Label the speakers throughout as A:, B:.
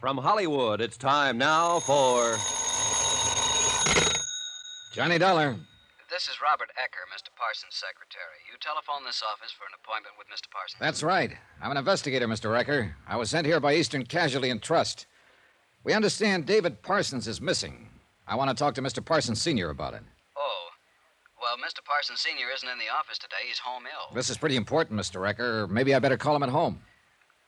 A: From Hollywood, it's time now for. Johnny Dollar.
B: This is Robert Ecker, Mr. Parsons' secretary. You telephone this office for an appointment with Mr. Parsons.
A: That's right. I'm an investigator, Mr. Recker. I was sent here by Eastern Casualty and Trust. We understand David Parsons is missing. I want to talk to Mr. Parsons Sr. about it.
B: Oh. Well, Mr. Parsons Sr. isn't in the office today. He's home ill.
A: This is pretty important, Mr. Recker. Maybe I better call him at home.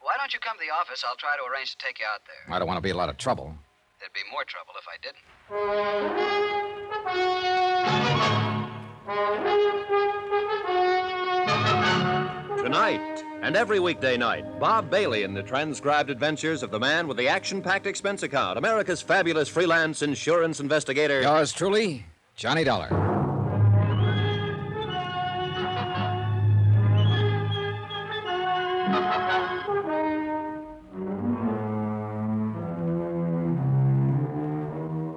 B: Why don't you come to the office? I'll try to arrange to take you out there.
A: I don't want to be a lot of trouble.
B: There'd be more trouble if I didn't.
A: Tonight and every weekday night, Bob Bailey in the transcribed adventures of the man with the action packed expense account, America's fabulous freelance insurance investigator. Yours truly, Johnny Dollar.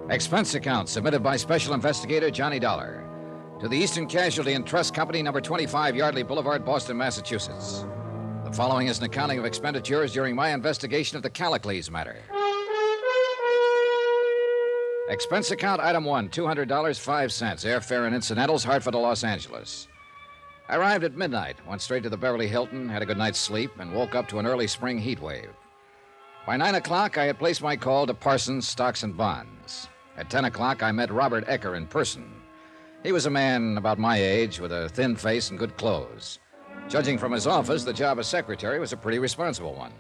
A: Expense account submitted by Special Investigator Johnny Dollar to the Eastern Casualty and Trust Company, number 25 Yardley Boulevard, Boston, Massachusetts. The following is an accounting of expenditures during my investigation of the Callicles matter. Expense account item one $200, 5 cents. Airfare and incidentals, Hartford to Los Angeles. I arrived at midnight, went straight to the Beverly Hilton, had a good night's sleep, and woke up to an early spring heat wave. By 9 o'clock, I had placed my call to Parsons, Stocks, and Bonds. At 10 o'clock, I met Robert Ecker in person. He was a man about my age with a thin face and good clothes. Judging from his office, the job as secretary was a pretty responsible one.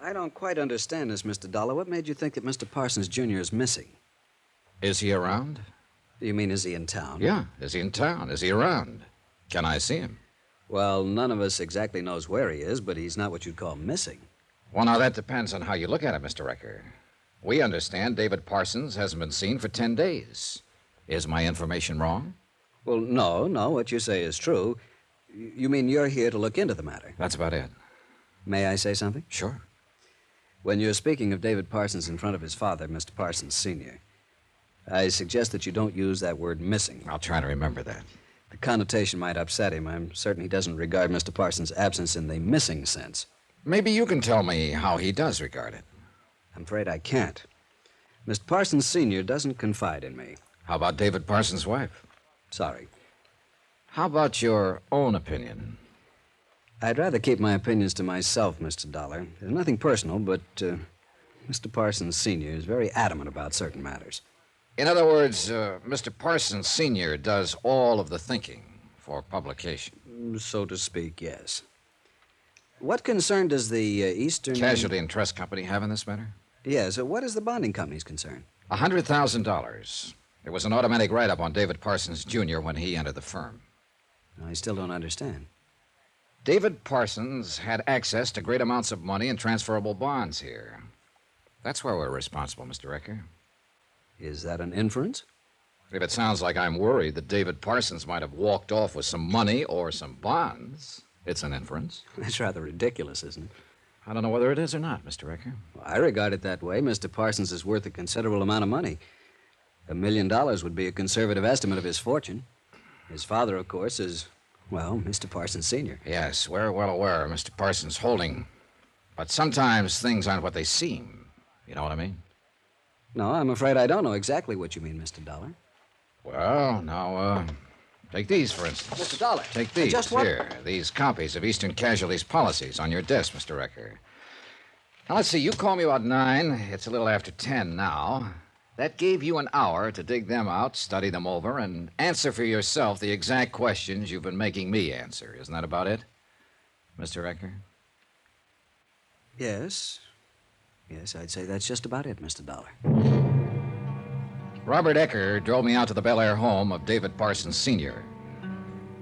B: I don't quite understand this, Mr. Dollar. What made you think that Mr. Parsons Jr. is missing?
A: Is he around?
B: You mean, is he in town?
A: Yeah. Is he in town? Is he around? Can I see him?
B: Well, none of us exactly knows where he is, but he's not what you'd call missing.
A: Well, now that depends on how you look at it, Mr. Recker. We understand David Parsons hasn't been seen for 10 days. Is my information wrong?
B: Well, no, no. What you say is true. Y- You mean you're here to look into the matter?
A: That's about it.
B: May I say something?
A: Sure.
B: When you're speaking of David Parsons in front of his father, Mr. Parsons Sr., I suggest that you don't use that word missing.
A: I'll try to remember that.
B: The connotation might upset him. I'm certain he doesn't regard Mr. Parsons' absence in the missing sense.
A: Maybe you can tell me how he does regard it.
B: I'm afraid I can't. Mr. Parsons Sr. doesn't confide in me.
A: How about David Parsons' wife?
B: Sorry.
A: How about your own opinion?
B: I'd rather keep my opinions to myself, Mr. Dollar. There's nothing personal, but uh, Mr. Parsons Sr. is very adamant about certain matters.
A: In other words, uh, Mr. Parsons Sr. does all of the thinking for publication.
B: So to speak, yes. What concern does the uh, Eastern.
A: Casualty and Trust Company have in this matter?
B: Yes, uh, what is the bonding company's concern?
A: A $100,000. It was an automatic write up on David Parsons Jr. when he entered the firm.
B: I still don't understand.
A: David Parsons had access to great amounts of money and transferable bonds here. That's where we're responsible, Mr. Ecker.
B: Is that an inference?
A: If it sounds like I'm worried that David Parsons might have walked off with some money or some bonds, it's an inference.
B: That's rather ridiculous, isn't it?
A: I don't know whether it is or not, Mr. Ecker.
B: Well, I regard it that way. Mr. Parsons is worth a considerable amount of money. A million dollars would be a conservative estimate of his fortune. His father, of course, is, well, Mr. Parsons Sr.
A: Yes, we're well aware of Mr. Parsons' holding. But sometimes things aren't what they seem. You know what I mean?
B: No, I'm afraid I don't know exactly what you mean, Mr. Dollar.
A: Well, now, uh, take these, for instance.
B: Mr. Dollar,
A: Take
B: I
A: these.
B: just want-
A: Here, these copies of Eastern Casualties policies on your desk, Mr. Recker. Now, let's see, you called me about nine. It's a little after ten now. That gave you an hour to dig them out, study them over, and answer for yourself the exact questions you've been making me answer. Isn't that about it, Mr. Recker?
B: Yes. Yes, I'd say that's just about it, Mr. Dollar.
A: Robert Ecker drove me out to the Bel Air home of David Parsons Sr.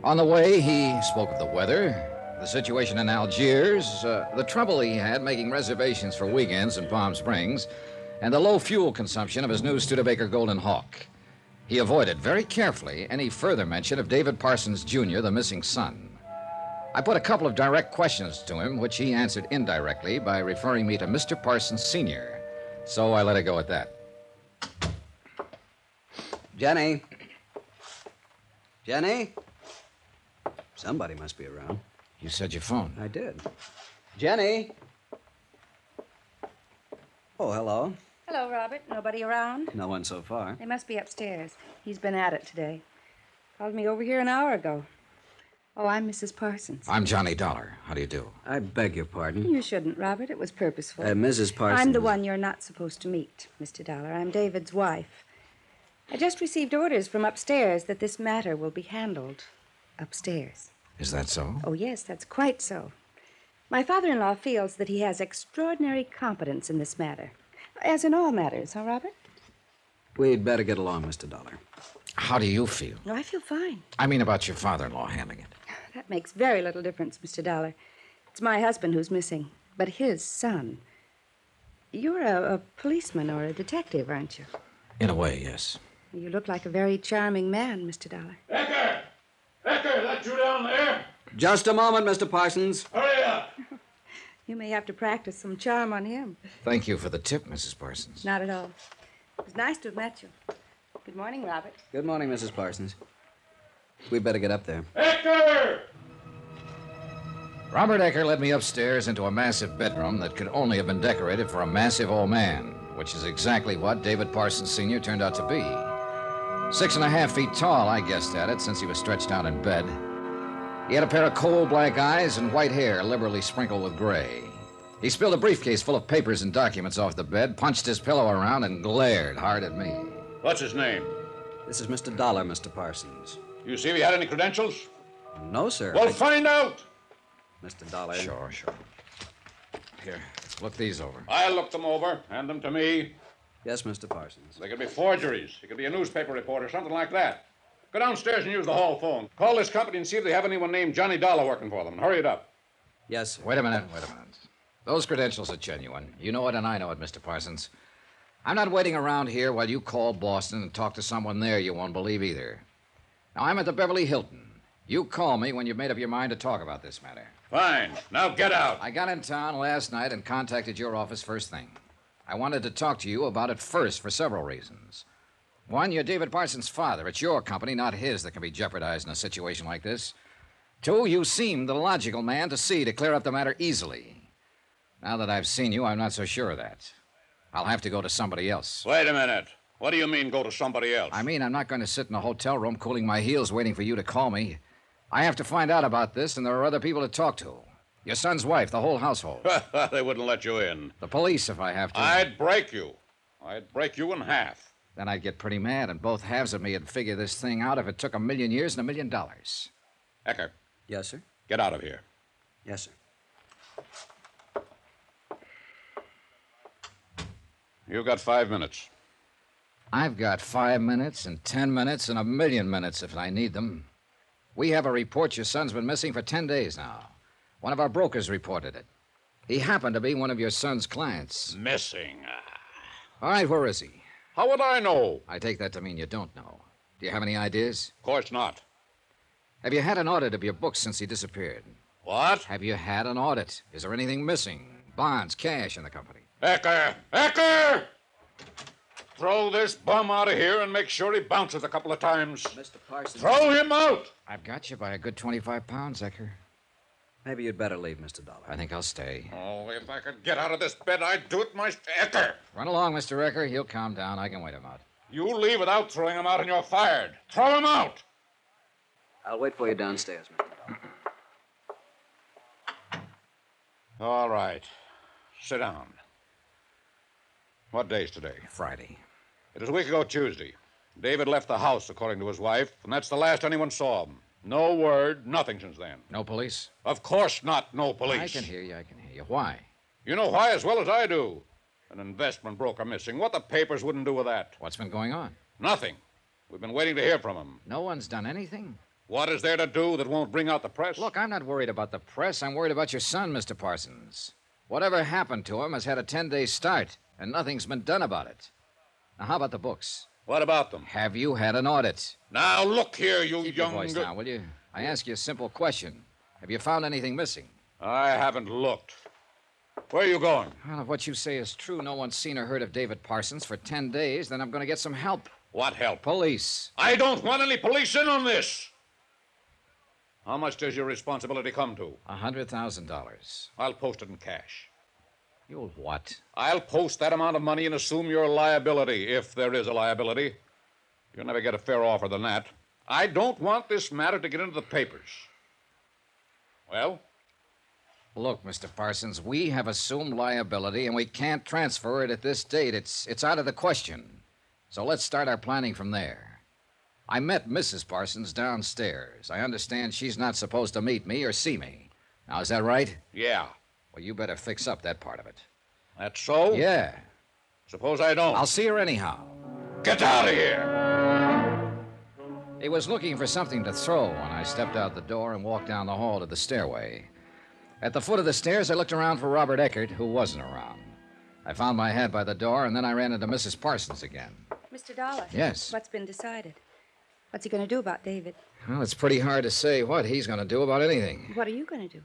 A: On the way, he spoke of the weather, the situation in Algiers, uh, the trouble he had making reservations for weekends in Palm Springs, and the low fuel consumption of his new Studebaker Golden Hawk. He avoided very carefully any further mention of David Parsons Jr., the missing son. I put a couple of direct questions to him, which he answered indirectly by referring me to Mr. Parsons Sr., so I let it go at that.
B: Jenny. Jenny? Somebody must be around.
A: You said your phone.
B: I did. Jenny? Oh, hello.
C: Hello, Robert. Nobody around?
B: No one so far.
C: They must be upstairs. He's been at it today. Called me over here an hour ago. Oh, I'm Mrs. Parsons.
A: I'm Johnny Dollar. How do you do?
B: I beg your pardon.
C: You shouldn't, Robert. It was purposeful.
B: Uh, Mrs. Parsons.
C: I'm the one you're not supposed to meet, Mr. Dollar. I'm David's wife. I just received orders from upstairs that this matter will be handled upstairs.
A: Is that so?
C: Oh, yes, that's quite so. My father in law feels that he has extraordinary competence in this matter, as in all matters, huh, Robert?
B: We'd better get along, Mr. Dollar.
A: How do you feel?
C: No, I feel fine.
A: I mean, about your father in law handling it.
C: That makes very little difference, Mr. Dollar. It's my husband who's missing, but his son. You're a, a policeman or a detective, aren't you?
A: In a way, yes.
C: You look like a very charming man, Mr. Dollar.
D: Ecker! Ecker, that you down there?
B: Just a moment, Mr. Parsons.
D: Hurry up!
C: You may have to practice some charm on him.
A: Thank you for the tip, Mrs. Parsons.
C: Not at all. It was nice to have met you. Good morning, Robert.
B: Good morning, Mrs. Parsons. We'd better get up there.
D: Ecker!
A: Robert Ecker led me upstairs into a massive bedroom that could only have been decorated for a massive old man, which is exactly what David Parsons Sr. turned out to be. Six and a half feet tall, I guessed at it, since he was stretched out in bed. He had a pair of coal black eyes and white hair liberally sprinkled with gray. He spilled a briefcase full of papers and documents off the bed, punched his pillow around, and glared hard at me.
D: What's his name?
B: This is Mr. Dollar, Mr. Parsons.
D: You see if he had any credentials?
B: No, sir.
D: Well,
B: I-
D: find out!
B: Mr. Dollar.
A: Sure, sure. Here, look these over.
D: I'll look them over. Hand them to me.
B: Yes, Mr. Parsons.
D: They could be forgeries. It could be a newspaper report or something like that. Go downstairs and use the hall phone. Call this company and see if they have anyone named Johnny Dollar working for them. And hurry it up.
B: Yes, sir.
A: Wait a minute, wait a minute. Those credentials are genuine. You know it, and I know it, Mr. Parsons. I'm not waiting around here while you call Boston and talk to someone there you won't believe either. Now, I'm at the Beverly Hilton. You call me when you've made up your mind to talk about this matter.
D: Fine. Now get out.
A: I got in town last night and contacted your office first thing. I wanted to talk to you about it first for several reasons. One, you're David Parsons' father. It's your company, not his, that can be jeopardized in a situation like this. Two, you seemed the logical man to see to clear up the matter easily. Now that I've seen you, I'm not so sure of that. I'll have to go to somebody else.
D: Wait a minute. What do you mean go to somebody else?
A: I mean, I'm not going to sit in a hotel room cooling my heels waiting for you to call me. I have to find out about this, and there are other people to talk to. Your son's wife, the whole household.
D: they wouldn't let you in.
A: The police, if I have to.
D: I'd break you. I'd break you in half.
A: Then I'd get pretty mad, and both halves of me'd figure this thing out if it took a million years and a million dollars.
D: Ecker,
B: Yes, sir.
D: get out of here.
B: Yes, sir.
D: You've got five minutes.
A: I've got five minutes and ten minutes and a million minutes if I need them. We have a report your son's been missing for ten days now. One of our brokers reported it. He happened to be one of your son's clients.
D: Missing. ah.
A: All right, where is he?
D: How would I know?
A: I take that to mean you don't know. Do you have any ideas?
D: Of course not.
A: Have you had an audit of your books since he disappeared?
D: What?
A: Have you had an audit? Is there anything missing? Bonds, cash in the company?
D: Ecker! Ecker! Throw this bum out of here and make sure he bounces a couple of times.
B: Mr. Parsons.
D: Throw him out!
A: I've got you by a good 25 pounds, Ecker.
B: Maybe you'd better leave, Mr. Dollar.
A: I think I'll stay.
D: Oh, if I could get out of this bed, I'd do it myself. Ecker!
A: Run along, Mr. Ecker. He'll calm down. I can wait him out.
D: You leave without throwing him out and you're fired. Throw him out!
B: I'll wait for you downstairs, Mr. Dollar.
D: All right. Sit down. What day's today?
A: Friday.
D: It was a week ago Tuesday. David left the house, according to his wife, and that's the last anyone saw him. No word, nothing since then.
A: No police?
D: Of course not, no police.
A: I can hear you. I can hear you. Why?
D: You know why as well as I do. An investment broker missing. What the papers wouldn't do with that?
A: What's been going on?
D: Nothing. We've been waiting to hear from him.
A: No one's done anything.
D: What is there to do that won't bring out the press?
A: Look, I'm not worried about the press. I'm worried about your son, Mr. Parsons. Whatever happened to him has had a 10 day start, and nothing's been done about it. Now, how about the books?
D: What about them?
A: Have you had an audit?
D: Now look here, you
A: Keep
D: young.
A: your voice
D: gir-
A: down, will you? I ask you a simple question. Have you found anything missing?
D: I haven't looked. Where are you going?
A: Well, if what you say is true, no one's seen or heard of David Parsons for 10 days, then I'm going to get some help.
D: What help?
A: Police.
D: I don't want any police in on this. How much does your responsibility come to?
A: A hundred thousand dollars.
D: I'll post it in cash.
A: You'll what?
D: I'll post that amount of money and assume your liability, if there is a liability. You'll never get a fair offer than that. I don't want this matter to get into the papers. Well,
A: Look, Mr. Parsons, we have assumed liability and we can't transfer it at this date. It's it's out of the question. So let's start our planning from there. I met Mrs. Parsons downstairs. I understand she's not supposed to meet me or see me. Now is that right?
D: yeah.
A: Well, you better fix up that part of it.
D: That's so?
A: Yeah.
D: Suppose I don't.
A: I'll see her anyhow.
D: get out of here.
A: He was looking for something to throw when I stepped out the door and walked down the hall to the stairway. At the foot of the stairs, I looked around for Robert Eckert, who wasn't around. I found my hat by the door, and then I ran into Mrs. Parsons again.
C: Mr. Dollar.
A: Yes.
C: What's been decided? What's he going to do about David?
A: Well, it's pretty hard to say what he's going to do about anything.
C: What are you going to do?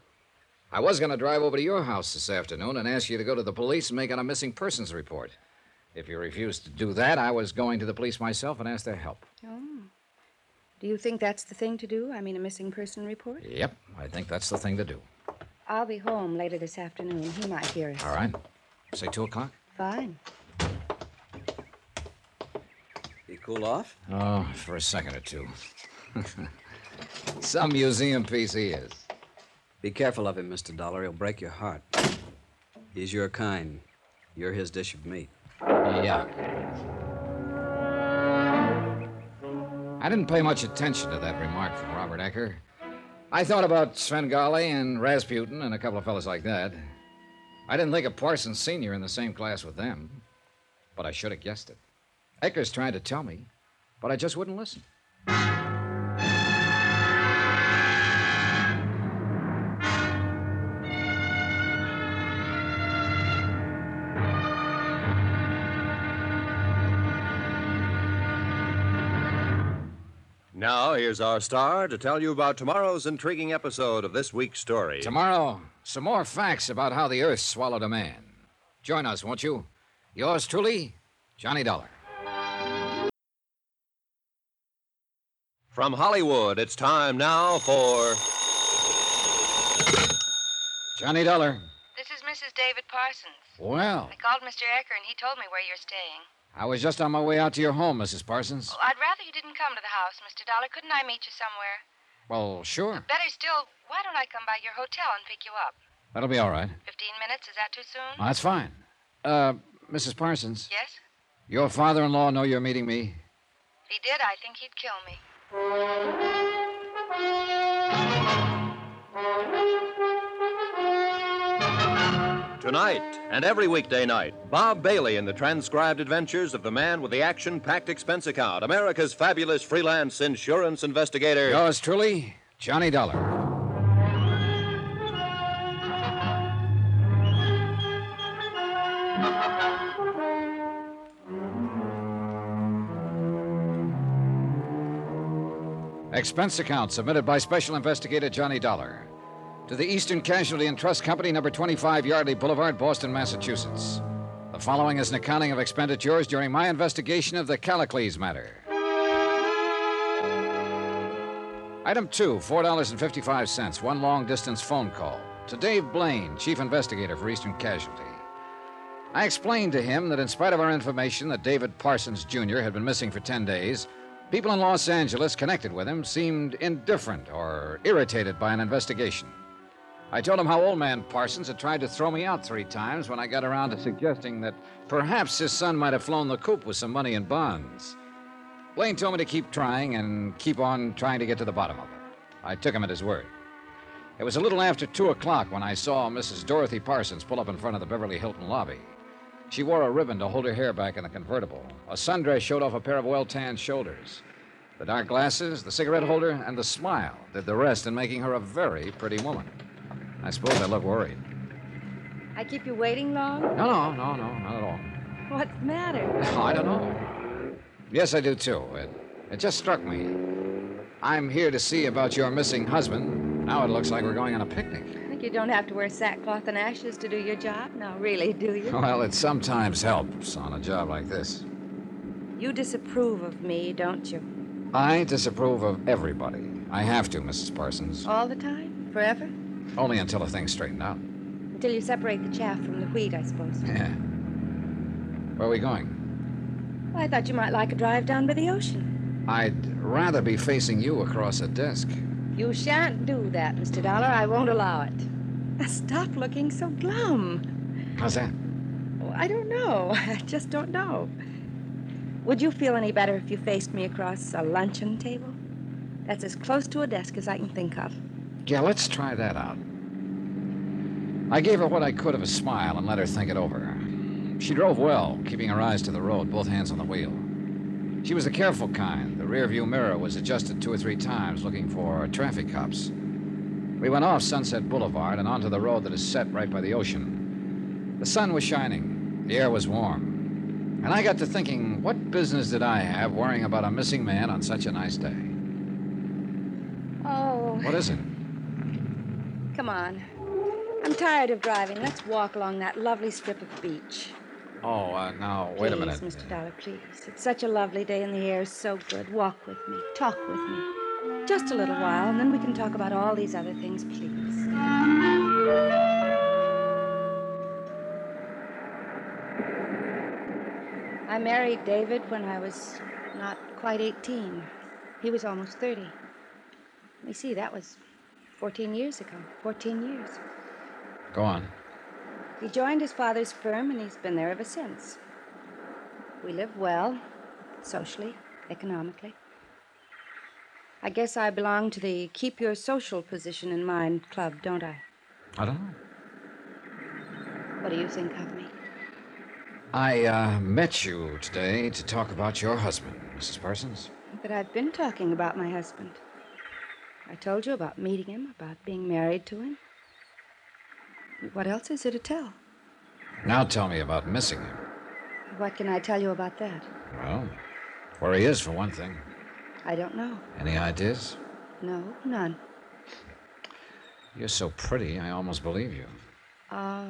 A: I was going to drive over to your house this afternoon and ask you to go to the police and make out a missing persons report. If you refused to do that, I was going to the police myself and ask their help.
C: Oh. Do you think that's the thing to do? I mean, a missing person report?
A: Yep, I think that's the thing to do.
C: I'll be home later this afternoon. He might hear us.
A: All right. Say two o'clock?
C: Fine.
B: You cool off?
A: Oh, for a second or two. Some museum piece he is.
B: Be careful of him, Mr. Dollar. He'll break your heart. He's your kind. You're his dish of meat.
A: Yeah. I didn't pay much attention to that remark from Robert Ecker. I thought about Svengali and Rasputin and a couple of fellas like that. I didn't think of Parsons Sr. in the same class with them, but I should have guessed it. Ecker's tried to tell me, but I just wouldn't listen.
E: Now, here's our star to tell you about tomorrow's intriguing episode of this week's story.
A: Tomorrow, some more facts about how the earth swallowed a man. Join us, won't you? Yours truly, Johnny Dollar.
E: From Hollywood, it's time now for.
A: Johnny Dollar.
F: This is Mrs. David Parsons.
A: Well,
F: I called Mr. Ecker and he told me where you're staying.
A: I was just on my way out to your home, Mrs. Parsons.
F: Well, I'd rather you didn't come to the house, Mr. Dollar. Couldn't I meet you somewhere?
A: Well, sure.
F: Better still, why don't I come by your hotel and pick you up?
A: That'll be all right.
F: Fifteen minutes? Is that too soon?
A: Well, that's fine. Uh, Mrs. Parsons,
F: Yes?
A: your father in law know you're meeting me?
F: If he did, I think he'd kill me.
E: Tonight and every weekday night, Bob Bailey in the transcribed adventures of the man with the action packed expense account, America's fabulous freelance insurance investigator.
A: Yours truly, Johnny Dollar. Expense account submitted by Special Investigator Johnny Dollar to the Eastern Casualty and Trust Company, number 25 Yardley Boulevard, Boston, Massachusetts. The following is an accounting of expenditures during my investigation of the Callicles matter. Item two, $4.55, one long distance phone call to Dave Blaine, chief investigator for Eastern Casualty. I explained to him that in spite of our information that David Parsons Jr. had been missing for 10 days, people in Los Angeles connected with him seemed indifferent or irritated by an investigation. I told him how old man Parsons had tried to throw me out three times when I got around to suggesting that perhaps his son might have flown the coop with some money in bonds. Blaine told me to keep trying and keep on trying to get to the bottom of it. I took him at his word. It was a little after 2 o'clock when I saw Mrs. Dorothy Parsons pull up in front of the Beverly Hilton lobby. She wore a ribbon to hold her hair back in the convertible. A sundress showed off a pair of well tanned shoulders. The dark glasses, the cigarette holder, and the smile did the rest in making her a very pretty woman. I suppose I look worried.
C: I keep you waiting long?
A: No, no, no, no, not at all.
C: What's the matter?
A: No, I don't know. Yes, I do too. It, it just struck me. I'm here to see about your missing husband. Now it looks like we're going on a picnic.
C: I think you don't have to wear sackcloth and ashes to do your job. Now, really, do you?
A: Well, it sometimes helps on a job like this.
C: You disapprove of me, don't you?
A: I disapprove of everybody. I have to, Mrs. Parsons.
C: Oh, All the time? Forever?
A: Only until a thing's straightened out.
C: Till you separate the chaff from the wheat, I suppose.
A: Yeah. Where are we going?
C: I thought you might like a drive down by the ocean.
A: I'd rather be facing you across a desk.
C: You shan't do that, Mr. Dollar. I won't allow it. Now, Ah, Stop looking so glum.
A: How's that?
C: Oh, I don't know. I just don't know. Would you feel any better if you faced me across a luncheon table? That's as close to a desk as I can think of.
A: Yeah, let's try that out. I gave her what I could of a smile and let her think it over. She drove well, keeping her eyes to the road, both hands on the wheel. She was the careful kind. The rearview mirror was adjusted two or three times, looking for traffic cops. We went off Sunset Boulevard and onto the road that is set right by the ocean. The sun was shining, the air was warm, and I got to thinking what business did I have worrying about a missing man on such a nice day?
C: Oh,
A: What is it?
C: come on. I'm tired of driving. Let's walk along that lovely strip of beach.
A: Oh, uh, now, wait a
C: Please,
A: minute.
C: Mr. Dollar, please. It's such a lovely day, and the air is so good. Walk with me. Talk with me. Just a little while, and then we can talk about all these other things, please. I married David when I was not quite 18. He was almost 30. Let me see, that was 14 years ago. 14 years.
A: Go on.
C: He joined his father's firm, and he's been there ever since. We live well, socially, economically. I guess I belong to the keep your social position in mind club, don't I?
A: I don't know.
C: What do you think of me?
A: I uh, met you today to talk about your husband, Mrs. Parsons.
C: But I've been talking about my husband. I told you about meeting him, about being married to him. What else is there to tell?
A: Now tell me about missing him.
C: What can I tell you about that?
A: Well, where he is, for one thing.
C: I don't know.
A: Any ideas?
C: No, none.
A: You're so pretty, I almost believe you.
C: Oh,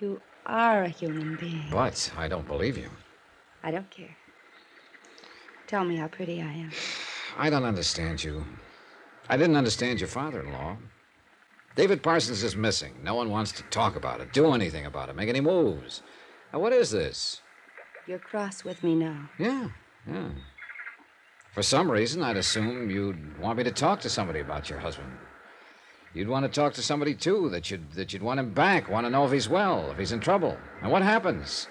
C: you are a human being.
A: But I don't believe you.
C: I don't care. Tell me how pretty I am.
A: I don't understand you. I didn't understand your father in law. David Parsons is missing. No one wants to talk about it, do anything about it, make any moves. Now, what is this?
C: You're cross with me now.
A: Yeah, yeah. Hmm. For some reason, I'd assume you'd want me to talk to somebody about your husband. You'd want to talk to somebody too that you'd that you'd want him back, want to know if he's well, if he's in trouble. And what happens?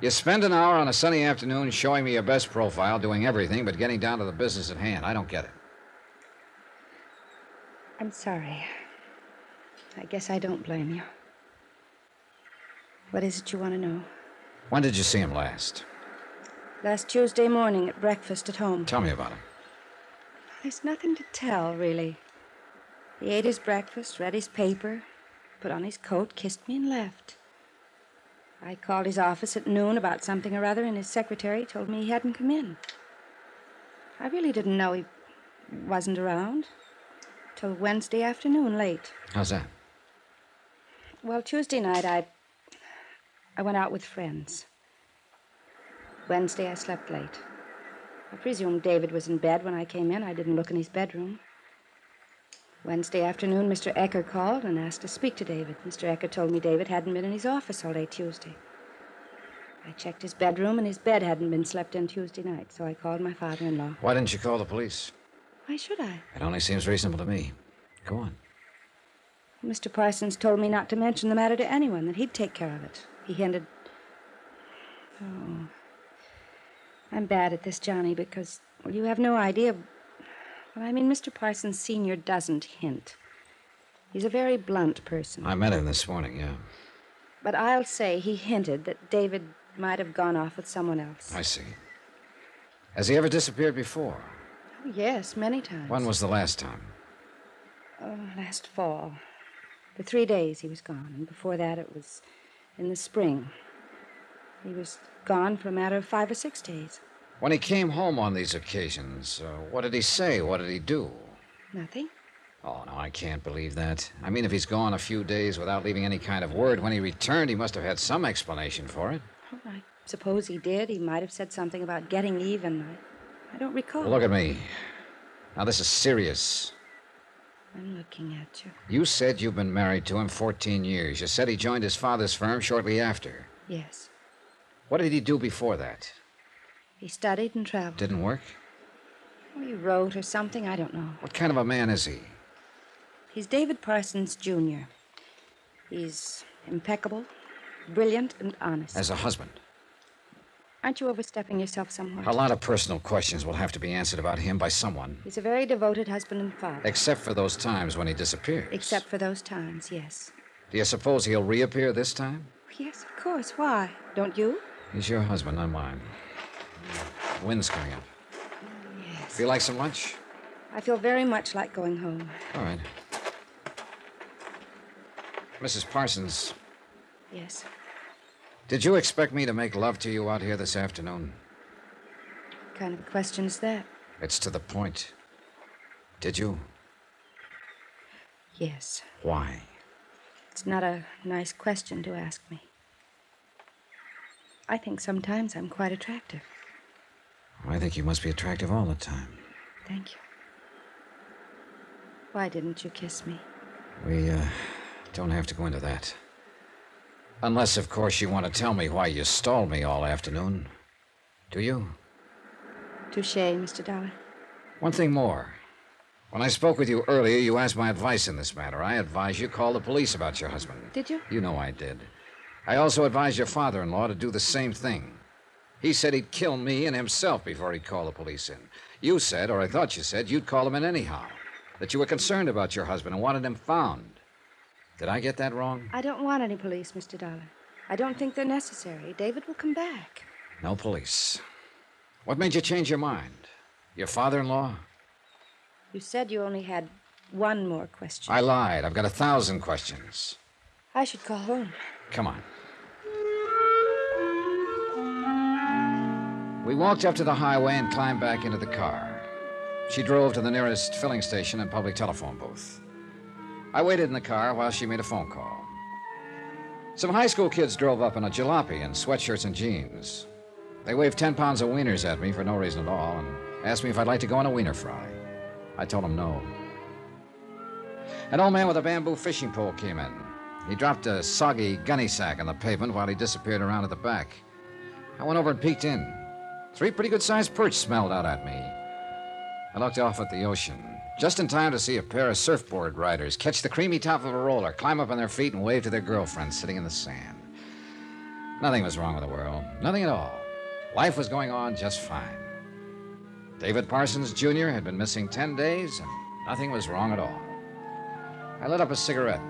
A: You spend an hour on a sunny afternoon showing me your best profile, doing everything but getting down to the business at hand. I don't get it.
C: I'm sorry. I guess I don't blame you. What is it you want to know?
A: When did you see him last?
C: Last Tuesday morning at breakfast at home.
A: Tell me about him.
C: There's nothing to tell, really. He ate his breakfast, read his paper, put on his coat, kissed me, and left. I called his office at noon about something or other, and his secretary told me he hadn't come in. I really didn't know he wasn't around till Wednesday afternoon late.
A: How's that?
C: Well, Tuesday night I I went out with friends. Wednesday I slept late. I presume David was in bed when I came in. I didn't look in his bedroom. Wednesday afternoon, Mr. Ecker called and asked to speak to David. Mr. Ecker told me David hadn't been in his office all day Tuesday. I checked his bedroom, and his bed hadn't been slept in Tuesday night, so I called my father in law.
A: Why didn't you call the police?
C: Why should I?
A: It only seems reasonable to me. Go on.
C: Mr. Parsons told me not to mention the matter to anyone, that he'd take care of it. He hinted. Oh. I'm bad at this, Johnny, because, well, you have no idea. Well, I mean, Mr. Parsons Sr. doesn't hint. He's a very blunt person.
A: I met him this morning, yeah.
C: But I'll say he hinted that David might have gone off with someone else.
A: I see. Has he ever disappeared before?
C: Oh, yes, many times.
A: When was the last time?
C: Oh, last fall. For three days he was gone, and before that it was in the spring. He was gone for a matter of five or six days.
A: When he came home on these occasions, uh, what did he say? What did he do?
C: Nothing?
A: Oh, no, I can't believe that. I mean, if he's gone a few days without leaving any kind of word, when he returned, he must have had some explanation for it.
C: Oh, I suppose he did. He might have said something about getting even. I, I don't recall.
A: Look at me. Now, this is serious.
C: I'm looking at you.
A: You said you've been married to him 14 years. You said he joined his father's firm shortly after.
C: Yes.
A: What did he do before that?
C: He studied and traveled.
A: Didn't work?
C: Or he wrote or something, I don't know.
A: What kind of a man is he?
C: He's David Parsons, Jr. He's impeccable, brilliant, and honest.
A: As a husband?
C: Aren't you overstepping yourself somewhat?
A: A lot of personal questions will have to be answered about him by someone,
C: He's a very devoted husband and father.
A: except for those times when he disappears.
C: Except for those times, yes.
A: Do you suppose he'll reappear this time?
C: Yes, of course. Why? Don't you?
A: He's your husband, not mine. Wind's coming up. Feel like some lunch?
C: I feel very much like going home.
A: All right. Mrs. Parsons,
C: Yes.
A: did you expect me to make love to you out here this afternoon?
C: What kind of question is that?
A: It's to the point. Did you?
C: Yes.
A: Why?
C: It's not a nice question to ask me. I think sometimes I'm quite attractive.
A: I think you must be attractive all the time.
C: Thank you. Why didn't you kiss me?
A: We uh, don't have to go into that. Unless, of course, you want to tell me why you stalled me all afternoon. Do you?
C: Touche, Mr. Dollar.
A: One thing more. When I spoke with you earlier, you asked my advice in this matter. I advised you call the police about your husband.
C: Did you?
A: You know I did. I also advised your father in law to do the same thing. He said he'd kill me and himself before he'd call the police in. You said, or I thought you said, you'd call him in anyhow. That you were concerned about your husband and wanted him found. Did I get that wrong?
C: I don't want any police, Mr. Dollar. I don't think they're necessary. David will come back.
A: No police. What made you change your mind? Your father in law?
C: You said you only had one more question.
A: I lied. I've got a thousand questions.
C: I should call home.
A: Come on. We walked up to the highway and climbed back into the car. She drove to the nearest filling station and public telephone booth. I waited in the car while she made a phone call. Some high school kids drove up in a jalopy in sweatshirts and jeans. They waved 10 pounds of wieners at me for no reason at all and asked me if I'd like to go on a wiener fry. I told them no. An old man with a bamboo fishing pole came in. He dropped a soggy gunny sack on the pavement while he disappeared around at the back. I went over and peeked in. Three pretty good sized perch smelled out at me. I looked off at the ocean, just in time to see a pair of surfboard riders catch the creamy top of a roller, climb up on their feet, and wave to their girlfriends sitting in the sand. Nothing was wrong with the world, nothing at all. Life was going on just fine. David Parsons, Jr. had been missing 10 days, and nothing was wrong at all. I lit up a cigarette.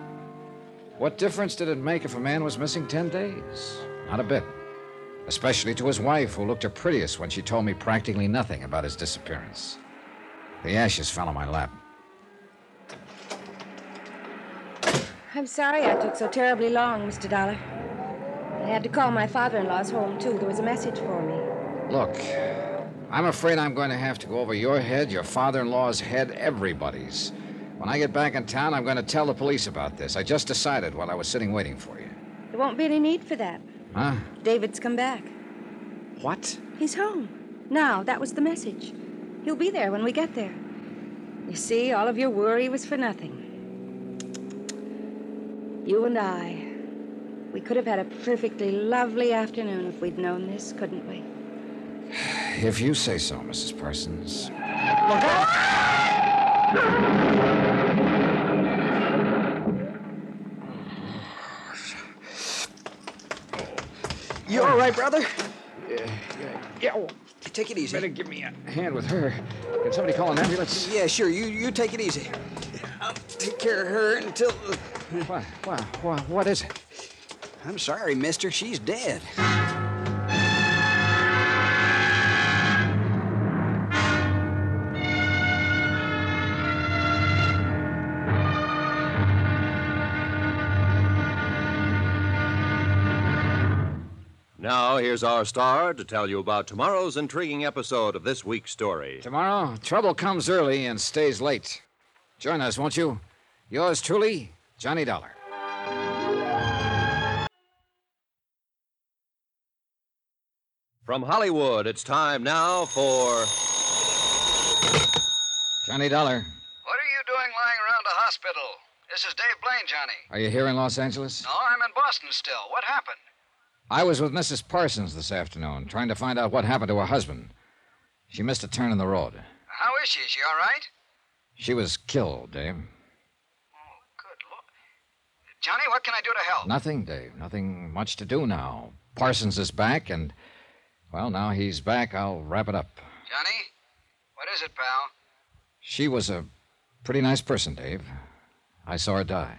A: What difference did it make if a man was missing 10 days? Not a bit. Especially to his wife, who looked her prettiest when she told me practically nothing about his disappearance. The ashes fell on my lap.
C: I'm sorry I took so terribly long, Mr. Dollar. I had to call my father in law's home, too. There was a message for me.
A: Look, I'm afraid I'm going to have to go over your head, your father in law's head, everybody's. When I get back in town, I'm going to tell the police about this. I just decided while I was sitting waiting for you.
C: There won't be any need for that.
A: Huh?
C: David's come back.
A: What?
C: He's home. Now, that was the message. He'll be there when we get there. You see, all of your worry was for nothing. You and I. We could have had a perfectly lovely afternoon if we'd known this, couldn't we?
A: If you say so, Mrs. Parsons.
B: You all right, brother? Yeah, yeah. Take it easy.
A: give me a hand with her. Can somebody call an ambulance?
B: Yeah, sure. You you take it easy. I'll take care of her until.
A: What, what, what, what is it?
B: I'm sorry, mister. She's dead.
E: Now, here's our star to tell you about tomorrow's intriguing episode of this week's story.
A: Tomorrow, trouble comes early and stays late. Join us, won't you? Yours truly, Johnny Dollar.
E: From Hollywood, it's time now for.
A: Johnny Dollar.
G: What are you doing lying around a hospital. This is Dave Blaine, Johnny.
A: Are you here in Los Angeles?
G: No, I'm in Boston still. What happened?
A: I was with Mrs. Parsons this afternoon, trying to find out what happened to her husband. She missed a turn in the road.
G: How is she? Is she all right?
A: She was killed, Dave.
G: Oh, good lord. Johnny, what can I do to help?
A: Nothing, Dave. Nothing much to do now. Parsons is back, and, well, now he's back, I'll wrap it up.
G: Johnny? What is it, pal?
A: She was a pretty nice person, Dave. I saw her die.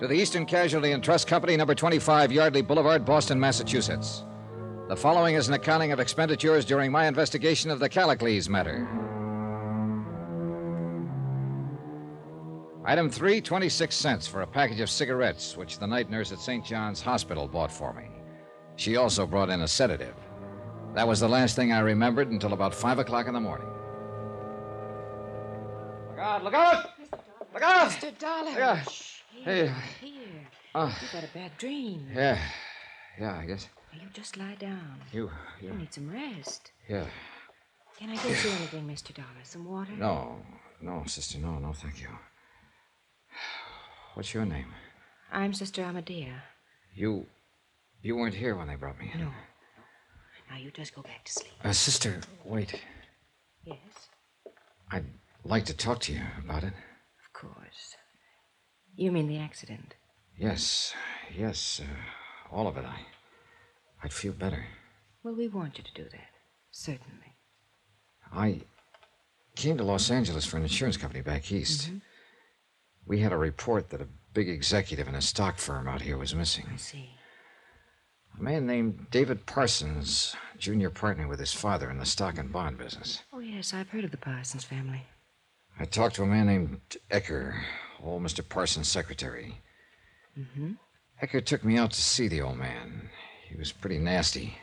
A: to the Eastern Casualty and Trust Company, number 25 Yardley Boulevard, Boston, Massachusetts. The following is an accounting of expenditures during my investigation of the Callicles matter. Item three, 26 cents for a package of cigarettes, which the night nurse at St. John's Hospital bought for me. She also brought in a sedative. That was the last thing I remembered until about 5 o'clock in the morning. Look out, look out! Look out!
H: Mr. Dollar.
A: Yeah. Hey,
H: Here.
A: Ah.
H: You've had a bad dream.
A: yeah, yeah, I guess
H: Now You just lie down.
A: you,
H: You
A: you,
H: need some rest.
A: yeah.
H: Can I get you anything, Mr. Dollar? Some water?
A: No, no, sister, no, no, thank you. What's your name?
H: I'm Sister Amadea.
A: You, you weren't here when they brought me in.
H: No. Now you just go back to sleep.
A: Uh, sister, wait.
H: Yes,
A: I'd like to talk to you about it.
H: of course. You mean the accident?
A: Yes, yes, uh, all of it. I, I'd feel better.
H: Well, we want you to do that. Certainly.
A: I came to Los Angeles for an insurance company back east.
H: Mm-hmm.
A: We had a report that a big executive in a stock firm out here was missing.
H: I see.
A: A man named David Parsons, junior partner with his father in the stock and bond business.
H: Oh, yes, I've heard of the Parsons family.
A: I talked to a man named Ecker, old Mr. Parsons' secretary. Mm-hmm. Ecker took me out to see the old man. He was pretty nasty.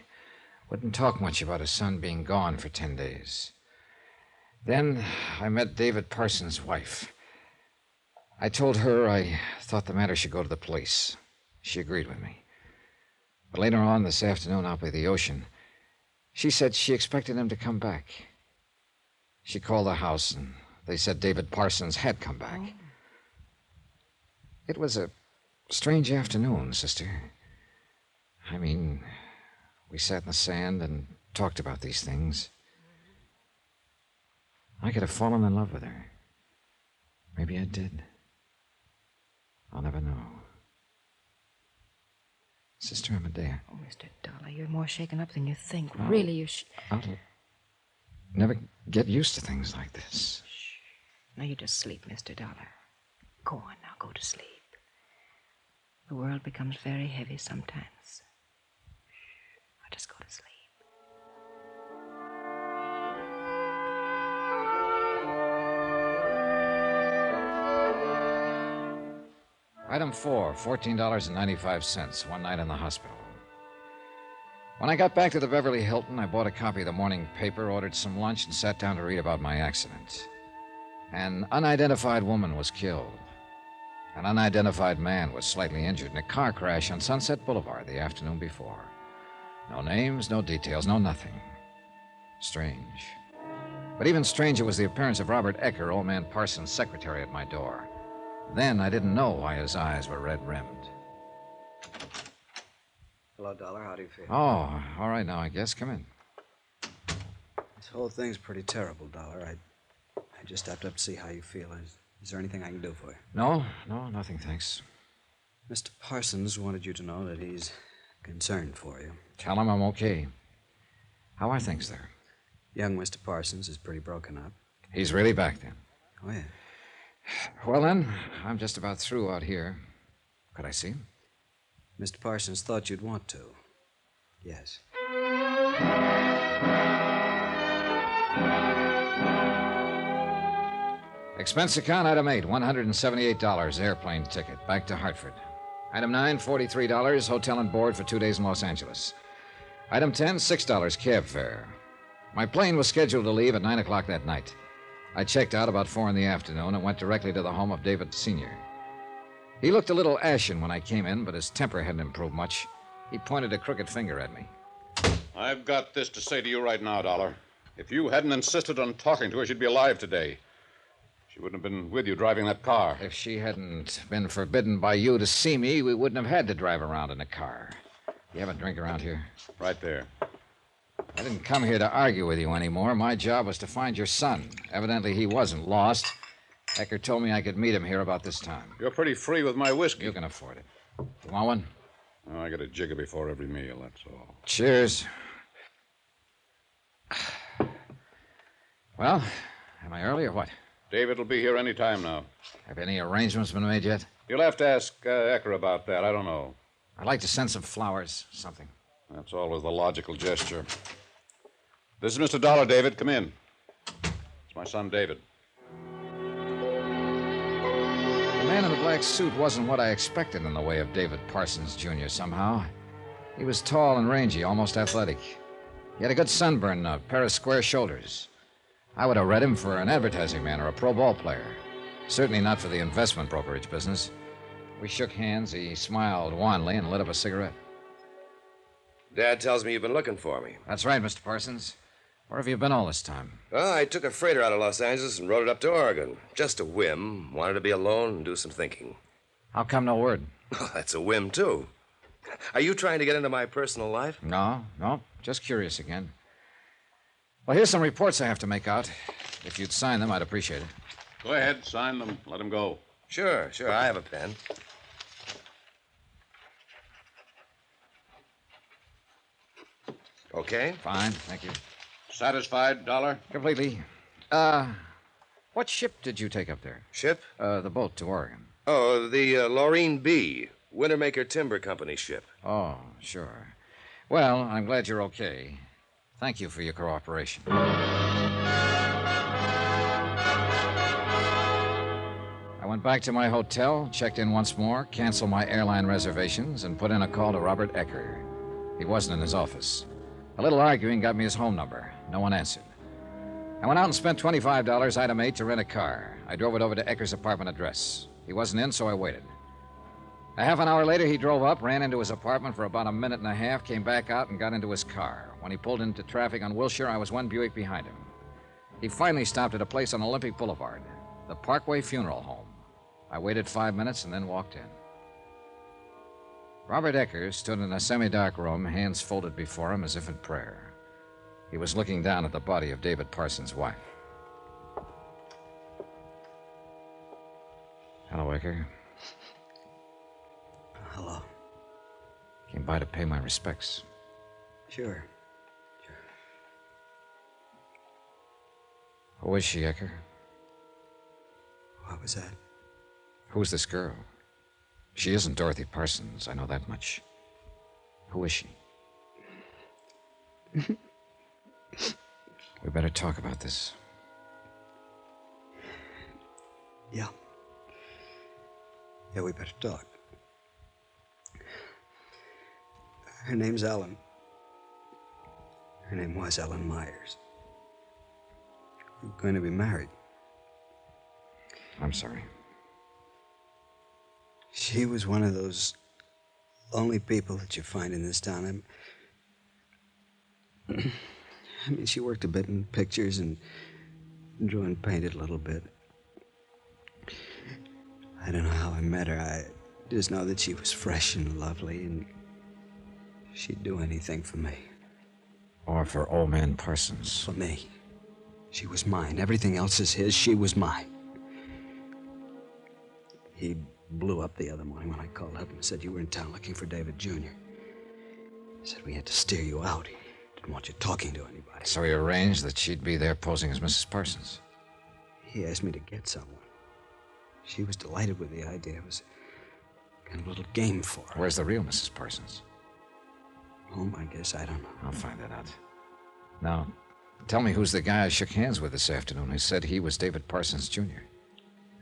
A: Wouldn't talk much about his son being gone for ten days. Then I met David Parsons' wife. I told her I thought the matter should go to the police. She agreed with me. But later on this afternoon out by the ocean, she said she expected him to come back. She called the house, and they said David Parsons had come back. It was a strange afternoon, sister. I mean, we sat in the sand and talked about these things. I could have fallen in love with her. Maybe I did. I'll never know. Sister Amadea,
H: Oh, Mr. Dollar, you're more shaken up than you think. Really, you sh-
A: I'll never get used to things like this.
H: Now you just sleep, Mr. Dollar. Go on now, go to sleep. The world becomes very heavy sometimes. Shh. Now just go to sleep.
A: Item four, $14.95, one night in the hospital. When I got back to the Beverly Hilton, I bought a copy of the morning paper, ordered some lunch, and sat down to read about my accident. An unidentified woman was killed. An unidentified man was slightly injured in a car crash on Sunset Boulevard the afternoon before. No names, no details, no nothing. Strange. But even stranger was the appearance of Robert Ecker, old man Parsons' secretary, at my door. Then I didn't know why his eyes were red rimmed.
B: Hello, Dollar. How do you feel?
A: Oh, all right now, I guess. Come in.
B: This whole thing's pretty terrible, Dollar. I, I just stepped up to see how you feel. Is, is there anything I can do for you?
A: No, no, nothing, thanks.
B: Mr. Parsons wanted you to know that he's concerned for you.
A: Tell him I'm okay. How are things there?
B: Young Mr. Parsons is pretty broken up.
A: He's really back then.
B: Oh, yeah.
A: Well, then, I'm just about through out here. Could I see him?
B: Mr. Parsons thought you'd want to. Yes.
A: Expense account item 8, $178 airplane ticket back to Hartford. Item 9, $43 hotel and board for two days in Los Angeles. Item 10, $6 cab fare. My plane was scheduled to leave at 9 o'clock that night. I checked out about 4 in the afternoon and went directly to the home of David Sr. He looked a little ashen when I came in, but his temper hadn't improved much. He pointed a crooked finger at me.
D: I've got this to say to you right now, Dollar. If you hadn't insisted on talking to her, she'd be alive today. She wouldn't have been with you driving that car.
A: If she hadn't been forbidden by you to see me, we wouldn't have had to drive around in a car. You have a drink around here?
D: Right there.
A: I didn't come here to argue with you anymore. My job was to find your son. Evidently, he wasn't lost. Ecker told me I could meet him here about this time.
D: You're pretty free with my whiskey.
A: You can afford it. You want one?
D: Oh, I get a jigger before every meal, that's all.
A: Cheers. Well, am I early or what?
D: David will be here any time now.
A: Have any arrangements been made yet?
D: You'll have to ask uh, Ecker about that. I don't know.
A: I'd like to send some flowers, something.
D: That's always the logical gesture. This is Mr. Dollar, David. Come in. It's my son, David.
A: The man in the black suit wasn't what I expected in the way of David Parsons, Jr., somehow. He was tall and rangy, almost athletic. He had a good sunburn and a pair of square shoulders. I would have read him for an advertising man or a pro ball player. Certainly not for the investment brokerage business. We shook hands. He smiled wanly and lit up a cigarette.
I: Dad tells me you've been looking for me.
A: That's right, Mr. Parsons. Where have you been all this time?
I: Well, I took a freighter out of Los Angeles and rode it up to Oregon. Just a whim. Wanted to be alone and do some thinking. Oh,
A: How come no word?
I: That's a whim, too. Are you trying to get into my personal life?
A: No, no. Just curious again. Well, here's some reports I have to make out. If you'd sign them, I'd appreciate it.
D: Go ahead, sign them. Let him go.
I: Sure, sure. I have a pen. Okay.
A: Fine, thank you.
D: Satisfied, Dollar?
A: Completely. Uh, what ship did you take up there?
I: Ship?
A: Uh, the boat to Oregon.
I: Oh, the uh, Laureen B. Wintermaker Timber Company ship.
A: Oh, sure. Well, I'm glad you're okay. Thank you for your cooperation. I went back to my hotel, checked in once more, canceled my airline reservations, and put in a call to Robert Ecker. He wasn't in his office. A little arguing got me his home number. No one answered. I went out and spent $25, item 8, to rent a car. I drove it over to Ecker's apartment address. He wasn't in, so I waited. A half an hour later, he drove up, ran into his apartment for about a minute and a half, came back out, and got into his car. When he pulled into traffic on Wilshire, I was one Buick behind him. He finally stopped at a place on Olympic Boulevard, the Parkway Funeral Home. I waited five minutes and then walked in. Robert Ecker stood in a semi dark room, hands folded before him as if in prayer. He was looking down at the body of David Parsons' wife. Hello, Ecker.
B: Hello.
A: Came by to pay my respects.
B: Sure.
A: Who is she, Ecker?
B: What was that?
A: Who's this girl? She isn't Dorothy Parsons, I know that much. Who is she? we better talk about this.
B: Yeah. Yeah, we better talk. Her name's Ellen. Her name was Ellen Myers. We're going to be married.
A: I'm sorry.
B: She was one of those lonely people that you find in this town. I'm, I mean, she worked a bit in pictures and drew and painted a little bit. I don't know how I met her. I just know that she was fresh and lovely, and she'd do anything for me.
A: Or for old man Parsons.
B: For me. She was mine. Everything else is his. She was mine. He blew up the other morning when I called up and said you were in town looking for David Jr. He said we had to steer you out. He didn't want you talking to anybody.
A: So he arranged that she'd be there posing as Mrs. Parsons.
B: He asked me to get someone. She was delighted with the idea. It was kind of a little game for her.
A: Where's the real Mrs. Parsons?
B: Home, I guess. I don't know.
A: I'll find that out. Now, tell me who's the guy I shook hands with this afternoon who said he was David Parsons, Jr.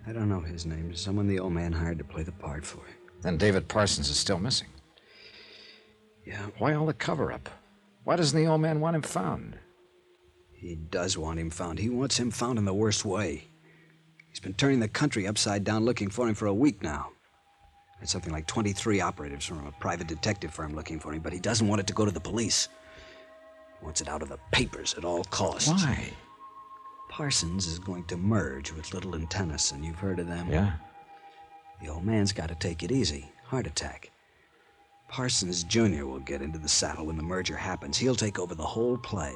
B: I don't know his name. Someone the old man hired to play the part for him.
A: Then David Parsons is still missing.
B: Yeah.
A: Why all the cover up? Why doesn't the old man want him found?
B: He does want him found. He wants him found in the worst way. He's been turning the country upside down looking for him for a week now. Had something like 23 operatives from a private detective firm looking for him, but he doesn't want it to go to the police. He wants it out of the papers at all costs.
A: Why?
B: Parsons is going to merge with Little and Tennyson. You've heard of them?
A: Yeah.
B: The old man's got to take it easy. Heart attack. Parsons Jr. will get into the saddle when the merger happens. He'll take over the whole play.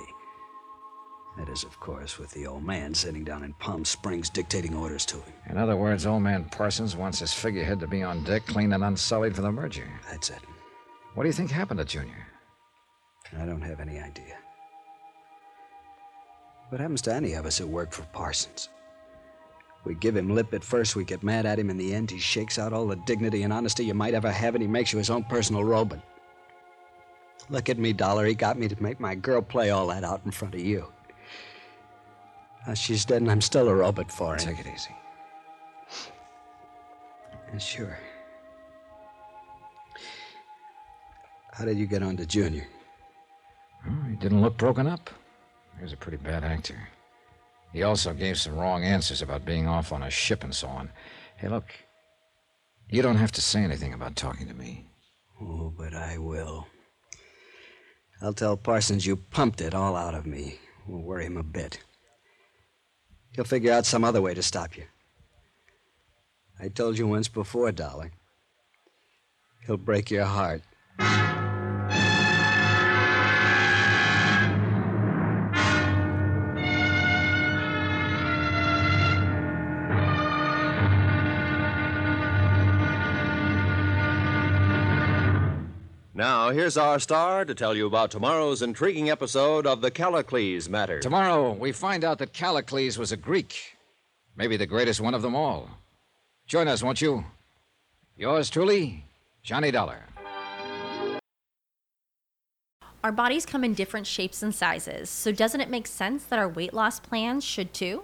B: That is, of course, with the old man sitting down in Palm Springs dictating orders to him.
A: In other words, old man Parsons wants his figurehead to be on deck, clean and unsullied for the merger.
B: That's it.
A: What do you think happened to Junior?
B: I don't have any idea. What happens to any of us who work for Parsons? We give him lip at first, we get mad at him. In the end, he shakes out all the dignity and honesty you might ever have, and he makes you his own personal robot. Look at me, Dollar. He got me to make my girl play all that out in front of you. Now she's dead, and I'm still a robot for him.
A: Take it easy.
B: Yeah, sure. How did you get on to Junior?
A: Oh, he didn't look broken up. He was a pretty bad actor. He also gave some wrong answers about being off on a ship and so on. Hey, look, you don't have to say anything about talking to me.
B: Oh, but I will. I'll tell Parsons you pumped it all out of me. Won't worry him a bit. He'll figure out some other way to stop you. I told you once before, darling. He'll break your heart.
E: Now, here's our star to tell you about tomorrow's intriguing episode of the Callicles Matter.
A: Tomorrow, we find out that Callicles was a Greek, maybe the greatest one of them all. Join us, won't you? Yours truly, Johnny Dollar.
J: Our bodies come in different shapes and sizes, so doesn't it make sense that our weight loss plans should too?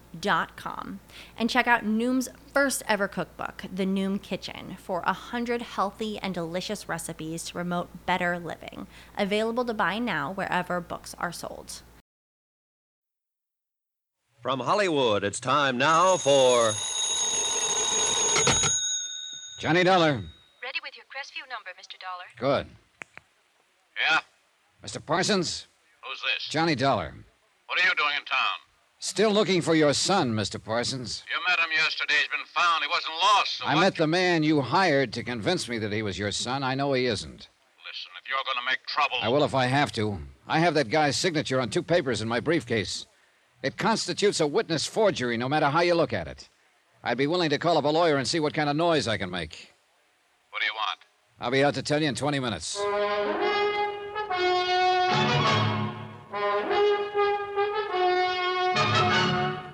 J: noom.com and check out Noom's first ever cookbook, The Noom Kitchen, for 100 healthy and delicious recipes to promote better living. Available to buy now wherever books are sold.
E: From Hollywood, it's time now for.
A: Johnny Dollar.
F: Ready with your Crestview number, Mr. Dollar.
A: Good.
D: Yeah?
A: Mr. Parsons,
D: Who's this?
A: Johnny Dollar.
D: What are you doing in town?
A: Still looking for your son, Mr. Parsons.
D: You met him yesterday. He's been found. He wasn't lost. So
A: I
D: what-
A: met the man you hired to convince me that he was your son. I know he isn't.
D: Listen, if you're going to make trouble.
A: I will if I have to. I have that guy's signature on two papers in my briefcase. It constitutes a witness forgery, no matter how you look at it. I'd be willing to call up a lawyer and see what kind of noise I can make.
D: What do you want?
A: I'll be out to tell you in 20 minutes.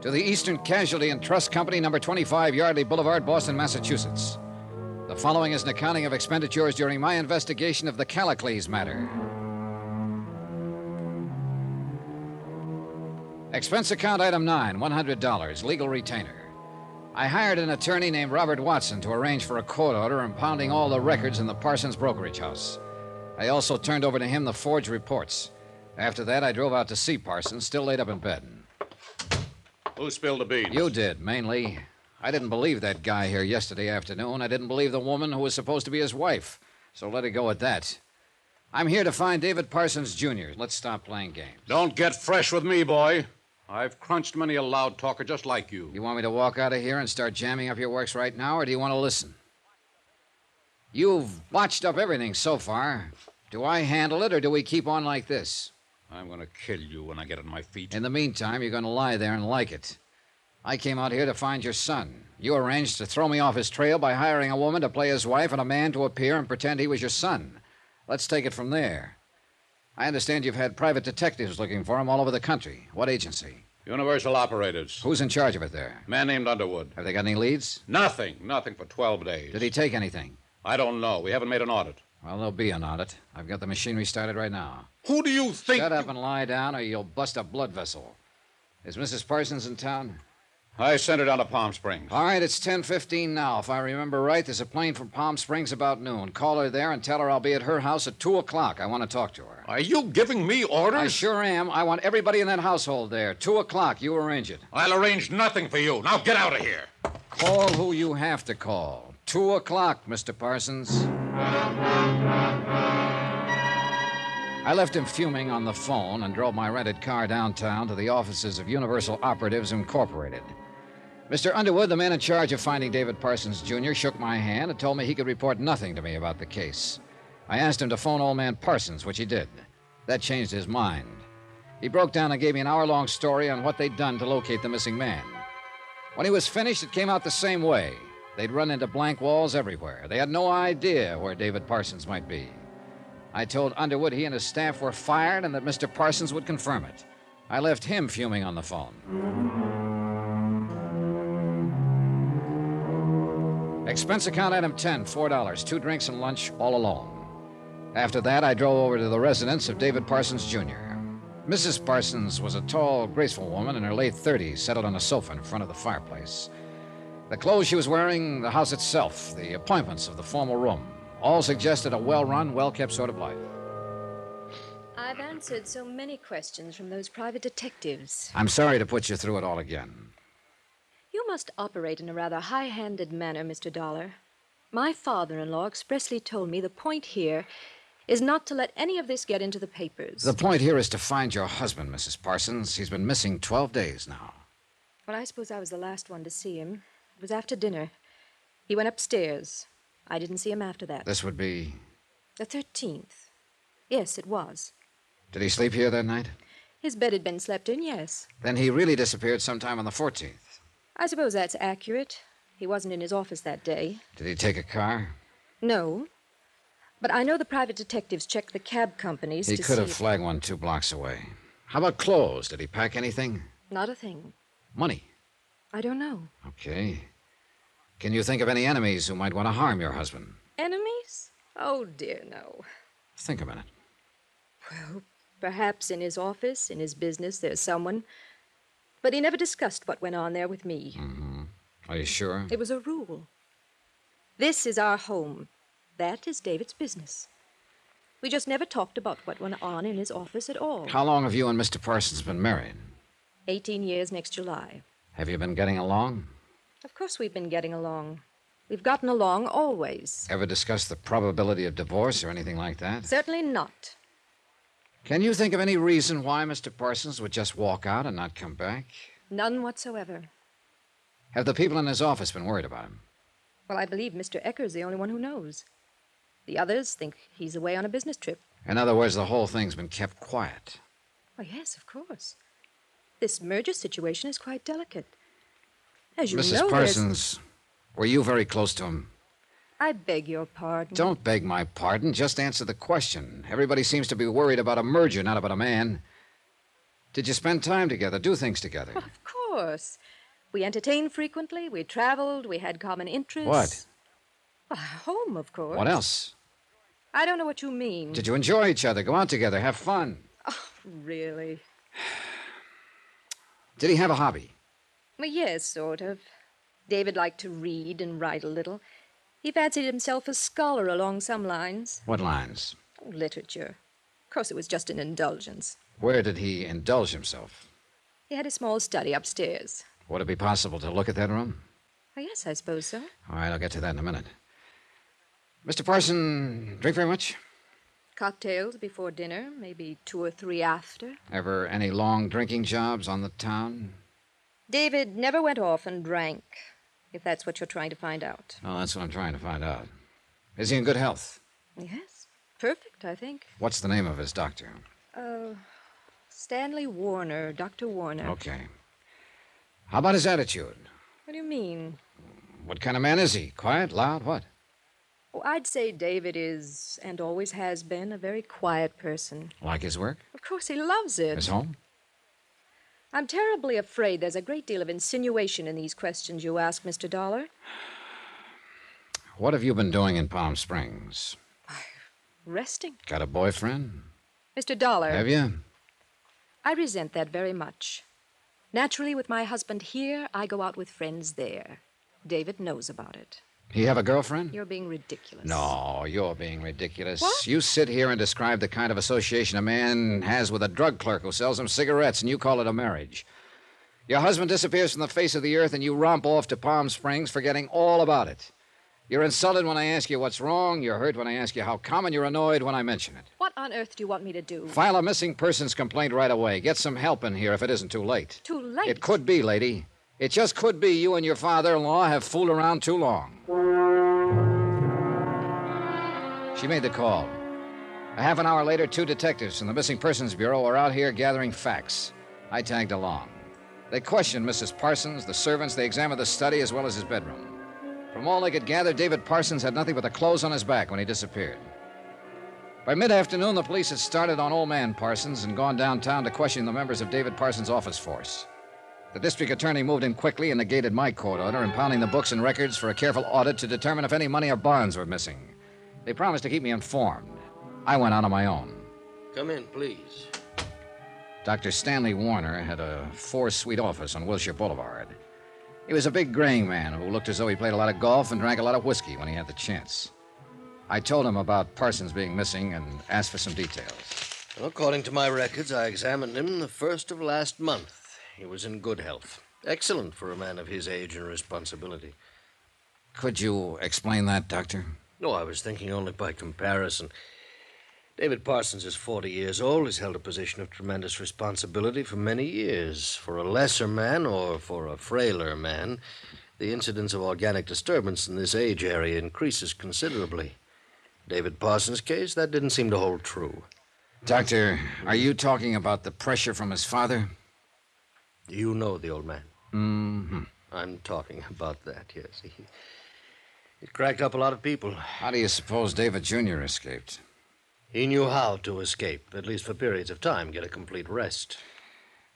A: to the Eastern Casualty and Trust Company, number 25 Yardley Boulevard, Boston, Massachusetts. The following is an accounting of expenditures during my investigation of the Callicles matter. Expense account item 9, $100, legal retainer. I hired an attorney named Robert Watson to arrange for a court order impounding all the records in the Parsons brokerage house. I also turned over to him the forged reports. After that, I drove out to see Parsons, still laid up in bed.
D: Who spilled the beans?
A: You did, mainly. I didn't believe that guy here yesterday afternoon. I didn't believe the woman who was supposed to be his wife. So let it go at that. I'm here to find David Parsons Jr. Let's stop playing games.
D: Don't get fresh with me, boy. I've crunched many a loud talker just like you.
A: You want me to walk out of here and start jamming up your works right now, or do you want to listen? You've botched up everything so far. Do I handle it, or do we keep on like this?
D: I'm going to kill you when I get on my feet.
A: In the meantime, you're going to lie there and like it. I came out here to find your son. You arranged to throw me off his trail by hiring a woman to play his wife and a man to appear and pretend he was your son. Let's take it from there. I understand you've had private detectives looking for him all over the country. What agency?
D: Universal Operators.
A: Who's in charge of it there?
D: Man named Underwood.
A: Have they got any leads?
D: Nothing. Nothing for 12 days.
A: Did he take anything?
D: I don't know. We haven't made an audit.
A: Well, there'll be an audit. I've got the machinery started right now.
D: Who do you think?
A: Shut up and lie down, or you'll bust a blood vessel. Is Mrs. Parsons in town?
D: I sent her down to Palm Springs.
A: All right, it's 10.15 now. If I remember right, there's a plane from Palm Springs about noon. Call her there and tell her I'll be at her house at 2 o'clock. I want to talk to her.
D: Are you giving me orders? I
A: sure am. I want everybody in that household there. 2 o'clock. You arrange it.
D: I'll arrange nothing for you. Now get out of here.
A: Call who you have to call. 2 o'clock, Mr. Parsons. I left him fuming on the phone and drove my rented car downtown to the offices of Universal Operatives Incorporated. Mr. Underwood, the man in charge of finding David Parsons Jr., shook my hand and told me he could report nothing to me about the case. I asked him to phone old man Parsons, which he did. That changed his mind. He broke down and gave me an hour long story on what they'd done to locate the missing man. When he was finished, it came out the same way. They'd run into blank walls everywhere. They had no idea where David Parsons might be. I told Underwood he and his staff were fired and that Mr. Parsons would confirm it. I left him fuming on the phone. Expense account item 10, $4, two drinks and lunch all alone. After that, I drove over to the residence of David Parsons, Jr. Mrs. Parsons was a tall, graceful woman in her late 30s, settled on a sofa in front of the fireplace. The clothes she was wearing, the house itself, the appointments of the formal room, all suggested a well run, well kept sort of life.
K: I've answered so many questions from those private detectives.
A: I'm sorry to put you through it all again.
K: You must operate in a rather high handed manner, Mr. Dollar. My father in law expressly told me the point here is not to let any of this get into the papers.
A: The point here is to find your husband, Mrs. Parsons. He's been missing 12 days now.
K: Well, I suppose I was the last one to see him. It was after dinner. He went upstairs. I didn't see him after that.
A: This would be.
K: The 13th. Yes, it was.
A: Did he sleep here that night?
K: His bed had been slept in, yes.
A: Then he really disappeared sometime on the 14th.
K: I suppose that's accurate. He wasn't in his office that day.
A: Did he take a car?
K: No. But I know the private detectives checked the cab companies.
A: He
K: to
A: could
K: see
A: have flagged one two blocks away. How about clothes? Did he pack anything?
K: Not a thing.
A: Money?
K: I don't know.
A: Okay. Can you think of any enemies who might want to harm your husband?
K: Enemies? Oh, dear, no.
A: Think a minute.
K: Well, perhaps in his office, in his business, there's someone. But he never discussed what went on there with me.
A: Mm-hmm. Are you sure?
K: It was a rule. This is our home. That is David's business. We just never talked about what went on in his office at all.
A: How long have you and Mr. Parsons been married?
K: Eighteen years next July.
A: Have you been getting along?
K: Of course, we've been getting along. We've gotten along always.
A: Ever discussed the probability of divorce or anything like that?
K: Certainly not.
A: Can you think of any reason why Mr. Parsons would just walk out and not come back?
K: None whatsoever.
A: Have the people in his office been worried about him?
K: Well, I believe Mr. Ecker's the only one who knows. The others think he's away on a business trip.
A: In other words, the whole thing's been kept quiet.
K: Oh, yes, of course. This merger situation is quite delicate. As you
A: Mrs.
K: know,
A: Parsons, were you very close to him?
K: I beg your pardon.
A: Don't beg my pardon. Just answer the question. Everybody seems to be worried about a merger, not about a man. Did you spend time together, do things together?
K: Well, of course. We entertained frequently, we traveled, we had common interests.
A: What?
K: Well, home, of course.
A: What else?
K: I don't know what you mean.
A: Did you enjoy each other, go out together, have fun?
K: Oh, really?
A: Did he have a hobby?
K: Well, yes, sort of. David liked to read and write a little. He fancied himself a scholar along some lines.
A: What lines?
K: Oh, literature. Of course, it was just an indulgence.
A: Where did he indulge himself?
K: He had a small study upstairs.
A: Would it be possible to look at that room?
K: Oh, yes, I suppose so.
A: All right, I'll get to that in a minute. Mr. Parson, drink very much?
K: Cocktails before dinner, maybe two or three after.
A: Ever any long drinking jobs on the town?
K: David never went off and drank, if that's what you're trying to find out.
A: Oh, that's what I'm trying to find out. Is he in good health?
K: Yes, perfect, I think.
A: What's the name of his doctor?
K: Oh, Stanley Warner, Dr. Warner.
A: Okay. How about his attitude?
K: What do you mean?
A: What kind of man is he? Quiet, loud, what?
K: Oh, I'd say David is, and always has been, a very quiet person.
A: Like his work?
K: Of course, he loves it.
A: His home?
K: I'm terribly afraid there's a great deal of insinuation in these questions you ask, Mr. Dollar.
A: What have you been doing in Palm Springs?
K: Resting.
A: Got a boyfriend?
K: Mr. Dollar.
A: Have you?
K: I resent that very much. Naturally, with my husband here, I go out with friends there. David knows about it.
A: He have a girlfriend?
K: You're being ridiculous.
A: No, you're being ridiculous.
K: What?
A: You sit here and describe the kind of association a man has with a drug clerk who sells him cigarettes, and you call it a marriage. Your husband disappears from the face of the earth, and you romp off to Palm Springs, forgetting all about it. You're insulted when I ask you what's wrong, you're hurt when I ask you how come, and you're annoyed when I mention it.
K: What on earth do you want me to do?
A: File a missing persons complaint right away. Get some help in here if it isn't too late.
K: Too late.
A: It could be, lady. It just could be you and your father in law have fooled around too long. She made the call. A half an hour later, two detectives from the Missing Persons Bureau are out here gathering facts. I tagged along. They questioned Mrs. Parsons, the servants, they examined the study as well as his bedroom. From all they could gather, David Parsons had nothing but the clothes on his back when he disappeared. By mid afternoon, the police had started on Old Man Parsons and gone downtown to question the members of David Parsons' office force. The district attorney moved in quickly and negated my court order, impounding the books and records for a careful audit to determine if any money or bonds were missing. They promised to keep me informed. I went out on my own.
L: Come in, please.
A: Dr. Stanley Warner had a four suite office on Wilshire Boulevard. He was a big graying man who looked as though he played a lot of golf and drank a lot of whiskey when he had the chance. I told him about Parsons being missing and asked for some details.
L: Well, according to my records, I examined him the first of last month. He was in good health. Excellent for a man of his age and responsibility.
A: Could you explain that, Doctor?
L: No, I was thinking only by comparison. David Parsons is 40 years old. He's held a position of tremendous responsibility for many years. For a lesser man or for a frailer man, the incidence of organic disturbance in this age area increases considerably. David Parsons' case, that didn't seem to hold true.
A: Doctor, are you talking about the pressure from his father?
L: You know the old man.
A: Mm-hmm.
L: I'm talking about that, yes. He, it cracked up a lot of people.
A: How do you suppose David Jr. escaped?
L: He knew how to escape, at least for periods of time, get a complete rest.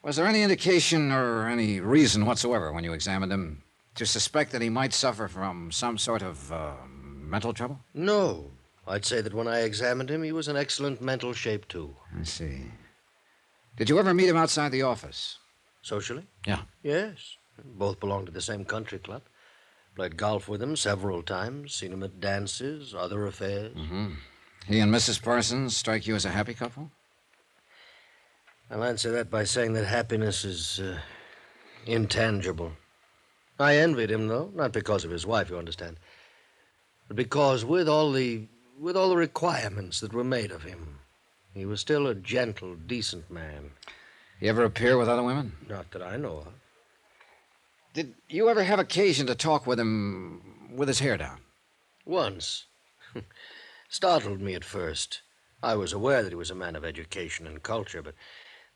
A: Was there any indication or any reason whatsoever when you examined him to suspect that he might suffer from some sort of uh, mental trouble?
L: No. I'd say that when I examined him, he was in excellent mental shape, too.
A: I see. Did you ever meet him outside the office?
L: Socially?
A: Yeah.
L: Yes. Both belonged to the same country club. Played golf with him several times, seen him at dances, other affairs.
A: Mm-hmm. He and Mrs. Parsons strike you as a happy couple?
L: I'll answer that by saying that happiness is uh, intangible. I envied him, though, not because of his wife, you understand, but because with all the with all the requirements that were made of him, he was still a gentle, decent man.
A: You ever appear with other women?
L: Not that I know of.
A: Did you ever have occasion to talk with him with his hair down?
L: Once. Startled me at first. I was aware that he was a man of education and culture, but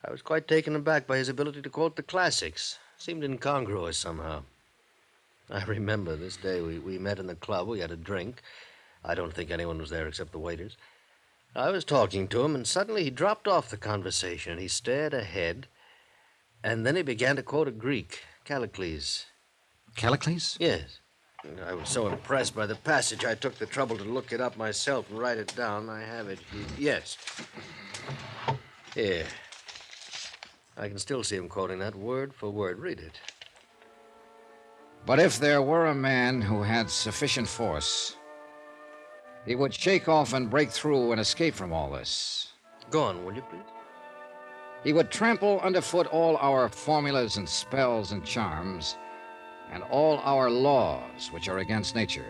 L: I was quite taken aback by his ability to quote the classics. Seemed incongruous somehow. I remember this day we, we met in the club. We had a drink. I don't think anyone was there except the waiters. I was talking to him, and suddenly he dropped off the conversation. He stared ahead, and then he began to quote a Greek, Callicles.
A: Callicles?
L: Yes. And I was so impressed by the passage, I took the trouble to look it up myself and write it down. I have it. Yes. Here. I can still see him quoting that word for word. Read it.
A: But if there were a man who had sufficient force, he would shake off and break through and escape from all this.
L: Go on, will you, please?
A: He would trample underfoot all our formulas and spells and charms, and all our laws which are against nature.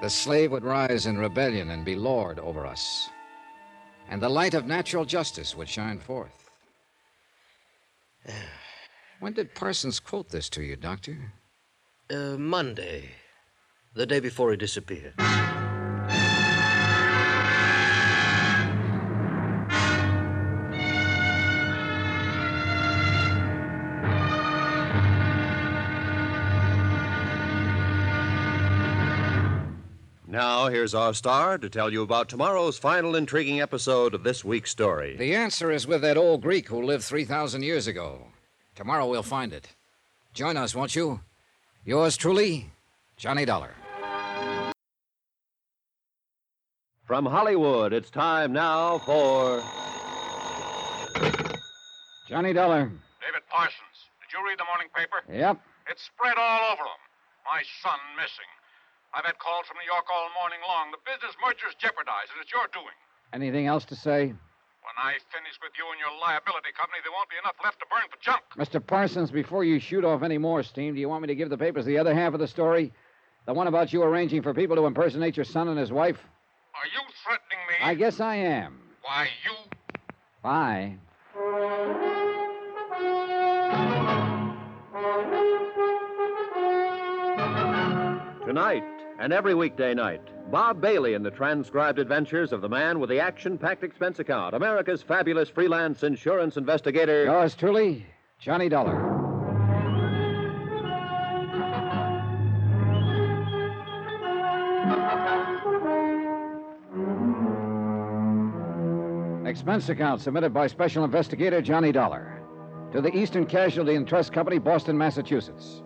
A: The slave would rise in rebellion and be lord over us, and the light of natural justice would shine forth.
L: Eh,
A: When did Parsons quote this to you, Doctor?
L: Uh, Monday, the day before he disappeared.
E: Now, here's our star to tell you about tomorrow's final intriguing episode of this week's story.
A: The answer is with that old Greek who lived 3,000 years ago. Tomorrow we'll find it. Join us, won't you? Yours truly, Johnny Dollar.
E: From Hollywood, it's time now for.
A: Johnny Dollar.
M: David Parsons, did you read the morning paper?
A: Yep.
M: It's spread all over them. My son missing. I've had calls from New York all morning long. The business merger's jeopardized, and it's your doing.
A: Anything else to say?
M: When I finish with you and your liability company, there won't be enough left to burn for junk.
A: Mr. Parsons, before you shoot off any more steam, do you want me to give the papers the other half of the story? The one about you arranging for people to impersonate your son and his wife?
M: Are you threatening me?
A: I guess I am.
M: Why, you.
A: Bye.
E: Tonight and every weekday night, Bob Bailey in the transcribed adventures of the man with the action packed expense account, America's fabulous freelance insurance investigator.
A: Yours truly, Johnny Dollar. Expense account submitted by Special Investigator Johnny Dollar to the Eastern Casualty and Trust Company, Boston, Massachusetts.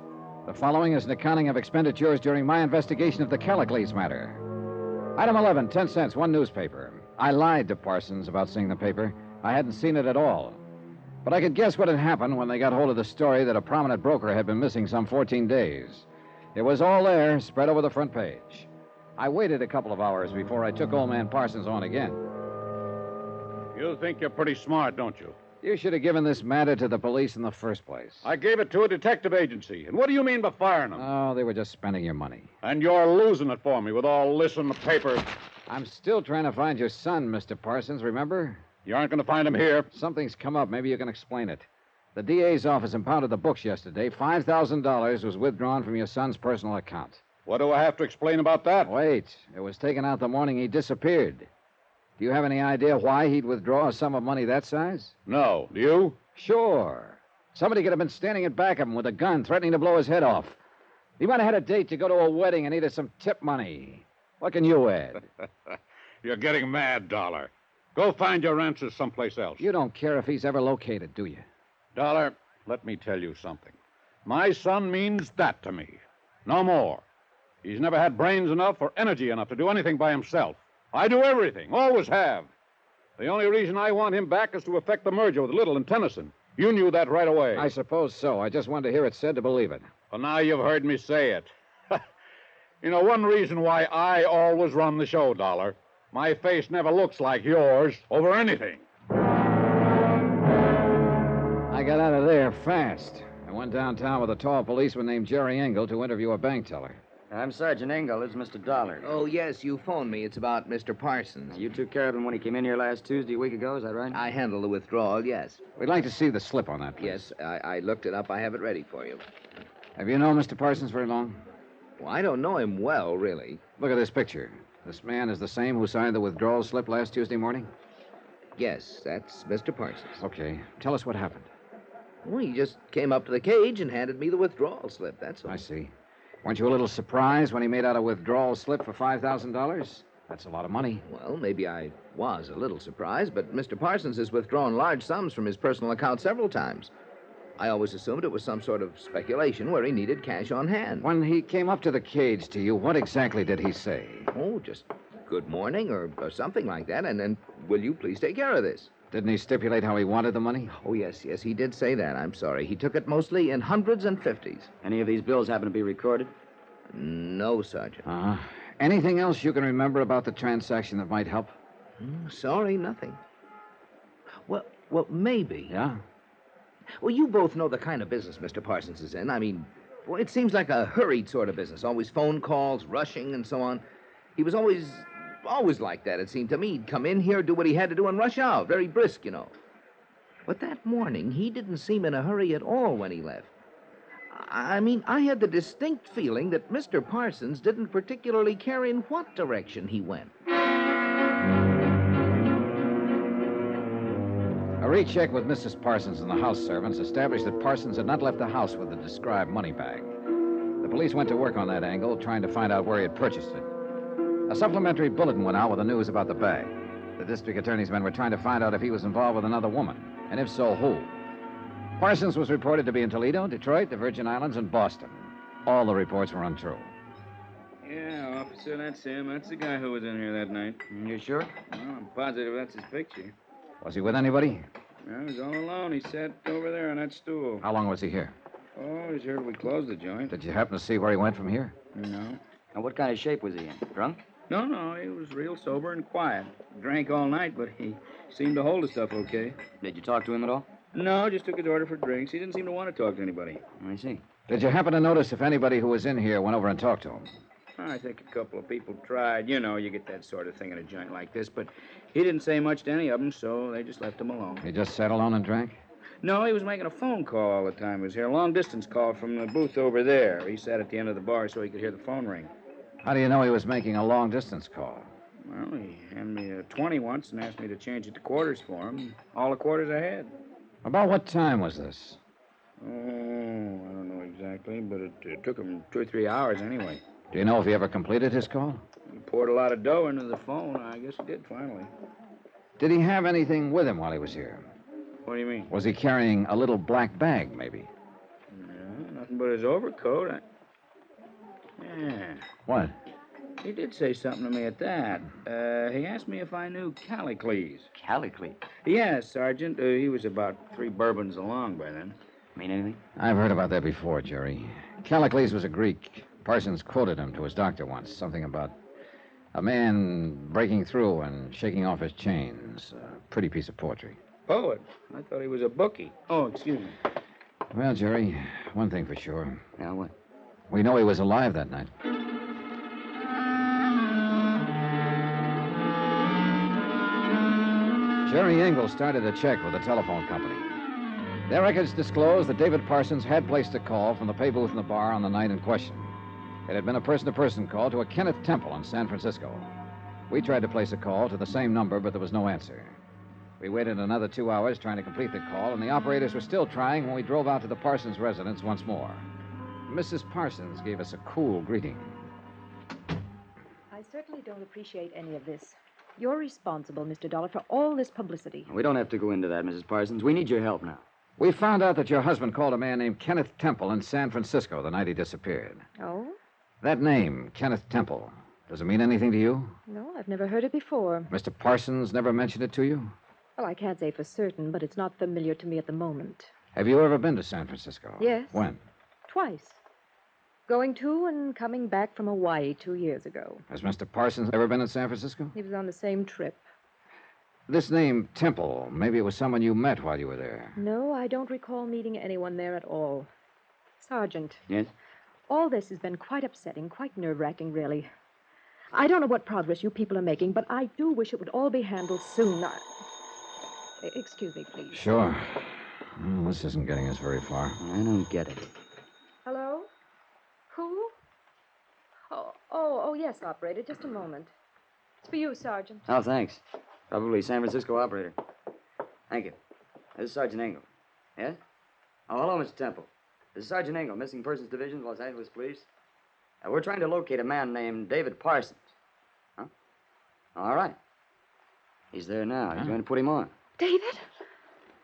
A: The following is an accounting of expenditures during my investigation of the Callicles matter. Item 11, 10 cents, one newspaper. I lied to Parsons about seeing the paper. I hadn't seen it at all. But I could guess what had happened when they got hold of the story that a prominent broker had been missing some 14 days. It was all there, spread over the front page. I waited a couple of hours before I took old man Parsons on again.
D: You think you're pretty smart, don't you?
A: You should have given this matter to the police in the first place.
D: I gave it to a detective agency. And what do you mean by firing them?
A: Oh, they were just spending your money.
D: And you're losing it for me with all this in the paper.
A: I'm still trying to find your son, Mr. Parsons, remember?
D: You aren't going to find him here.
A: Something's come up. Maybe you can explain it. The DA's office impounded the books yesterday. $5,000 was withdrawn from your son's personal account.
D: What do I have to explain about that?
A: Wait. It was taken out the morning he disappeared. Do you have any idea why he'd withdraw a sum of money that size?
D: No. Oh, Do you?
A: Sure. Somebody could have been standing in back of him with a gun threatening to blow his head off. He might have had a date to go to a wedding and needed some tip money. What can you add?
D: You're getting mad, Dollar. Go find your answers someplace else.
A: You don't care if he's ever located, do you?
D: Dollar, let me tell you something. My son means that to me. No more. He's never had brains enough or energy enough to do anything by himself. I do everything, always have. The only reason I want him back is to effect the merger with Little and Tennyson. You knew that right away.
A: I suppose so. I just wanted to hear it said to believe it.
D: Well, now you've heard me say it. you know, one reason why I always run the show, Dollar. My face never looks like yours over anything.
A: I got out of there fast. I went downtown with a tall policeman named Jerry Engel to interview a bank teller.
N: I'm Sergeant Engel. It's Mr. Dollar.
O: Oh, yes, you phoned me. It's about Mr. Parsons.
N: You took care of him when he came in here last Tuesday, a week ago, is that right?
O: I handled the withdrawal, yes.
A: We'd like to see the slip on that, please.
O: Yes, I, I looked it up. I have it ready for you.
A: Have you known Mr. Parsons very long?
O: Well, I don't know him well, really.
A: Look at this picture. This man is the same who signed the withdrawal slip last Tuesday morning?
O: Yes, that's Mr. Parsons.
A: Okay. Tell us what happened.
O: Well, he just came up to the cage and handed me the withdrawal slip, that's all.
A: I see. Weren't you a little surprised when he made out a withdrawal slip for $5,000? That's a lot of money.
O: Well, maybe I was a little surprised, but Mr. Parsons has withdrawn large sums from his personal account several times. I always assumed it was some sort of speculation where he needed cash on hand.
A: When he came up to the cage to you, what exactly did he say?
O: Oh, just good morning or, or something like that, and then will you please take care of this?
A: Didn't he stipulate how he wanted the money?
O: Oh, yes, yes, he did say that. I'm sorry. He took it mostly in hundreds and fifties.
N: Any of these bills happen to be recorded?
O: No, Sergeant.
A: Uh-huh. Anything else you can remember about the transaction that might help?
O: Hmm, Sorry, nothing. Well, well, maybe.
A: Yeah?
O: Well, you both know the kind of business Mr. Parsons is in. I mean, well, it seems like a hurried sort of business. Always phone calls, rushing, and so on. He was always, always like that, it seemed to me. He'd come in here, do what he had to do, and rush out. Very brisk, you know. But that morning, he didn't seem in a hurry at all when he left. I I mean, I had the distinct feeling that Mr. Parsons didn't particularly care in what direction he went.
A: A recheck with Mrs. Parsons and the house servants established that Parsons had not left the house with the described money bag. The police went to work on that angle, trying to find out where he had purchased it. A supplementary bulletin went out with the news about the bag. The district attorney's men were trying to find out if he was involved with another woman, and if so, who. Parsons was reported to be in Toledo, Detroit, the Virgin Islands, and Boston. All the reports were untrue.
P: Yeah, officer, that's him. That's the guy who was in here that night.
N: You sure?
P: Well, I'm positive that's his picture.
A: Was he with anybody?
P: Yeah, he was all alone. He sat over there on that stool.
A: How long was he here?
P: Oh, he's heard we closed the joint.
A: Did you happen to see where he went from here?
P: No.
N: Now, what kind of shape was he in? Drunk?
P: No, no, he was real sober and quiet. Drank all night, but he seemed to hold his stuff okay.
N: Did you talk to him at all?
P: No, just took his order for drinks. He didn't seem to want to talk to anybody.
N: I see.
A: Did you happen to notice if anybody who was in here went over and talked to him?
P: I think a couple of people tried. You know, you get that sort of thing in a joint like this, but he didn't say much to any of them, so they just left him alone.
A: He just sat alone and drank?
P: No, he was making a phone call all the time. He was here, a long distance call from the booth over there. He sat at the end of the bar so he could hear the phone ring.
A: How do you know he was making a long distance call?
P: Well, he handed me a 20 once and asked me to change it to quarters for him. All the quarters I had.
A: About what time was this?
P: Oh, I don't know exactly, but it, it took him two or three hours anyway.
A: Do you know if he ever completed his call?
P: He poured a lot of dough into the phone. I guess he did finally.
A: Did he have anything with him while he was here?
P: What do you mean?
A: Was he carrying a little black bag, maybe?
P: No, nothing but his overcoat. I... Yeah.
A: What?
P: He did say something to me at that. Uh, he asked me if I knew Callicles.
N: Callicles?
P: Yes, Sergeant. Uh, he was about three bourbons along by then.
N: Mean anything?
A: I've heard about that before, Jerry. Callicles was a Greek. Parsons quoted him to his doctor once something about a man breaking through and shaking off his chains. A pretty piece of poetry.
P: Poet? I thought he was a bookie. Oh, excuse me.
A: Well, Jerry, one thing for sure.
N: Yeah, what?
A: We know he was alive that night. Jerry Engel started a check with a telephone company. Their records disclosed that David Parsons had placed a call from the pay booth in the bar on the night in question. It had been a person to person call to a Kenneth Temple in San Francisco. We tried to place a call to the same number, but there was no answer. We waited another two hours trying to complete the call, and the operators were still trying when we drove out to the Parsons residence once more. Mrs. Parsons gave us a cool greeting.
K: I certainly don't appreciate any of this. You're responsible, Mr. Dollar, for all this publicity.
N: We don't have to go into that, Mrs. Parsons. We need your help now.
A: We found out that your husband called a man named Kenneth Temple in San Francisco the night he disappeared.
K: Oh?
A: That name, Kenneth Temple, does it mean anything to you?
K: No, I've never heard it before.
A: Mr. Parsons never mentioned it to you?
K: Well, I can't say for certain, but it's not familiar to me at the moment.
A: Have you ever been to San Francisco?
K: Yes.
A: When?
K: Twice. Going to and coming back from Hawaii two years ago.
A: Has Mr. Parsons ever been in San Francisco?
K: He was on the same trip.
A: This name, Temple, maybe it was someone you met while you were there.
K: No, I don't recall meeting anyone there at all. Sergeant,
N: Yes?
K: all this has been quite upsetting, quite nerve wracking, really. I don't know what progress you people are making, but I do wish it would all be handled soon. I... E- Excuse me, please.
A: Sure. Well, this isn't getting us very far.
N: I don't get it.
K: Hello? Who? Oh, oh, oh, yes, operator. Just a moment. It's for you, Sergeant.
N: Oh, thanks. Probably San Francisco operator. Thank you. This is Sergeant Engel. Yes? Oh, hello, Mr. Temple. This is Sergeant Engel, Missing Persons Division, Los Angeles Police. Uh, we're trying to locate a man named David Parsons. Huh? All right. He's there now. He's going to put him on.
K: David?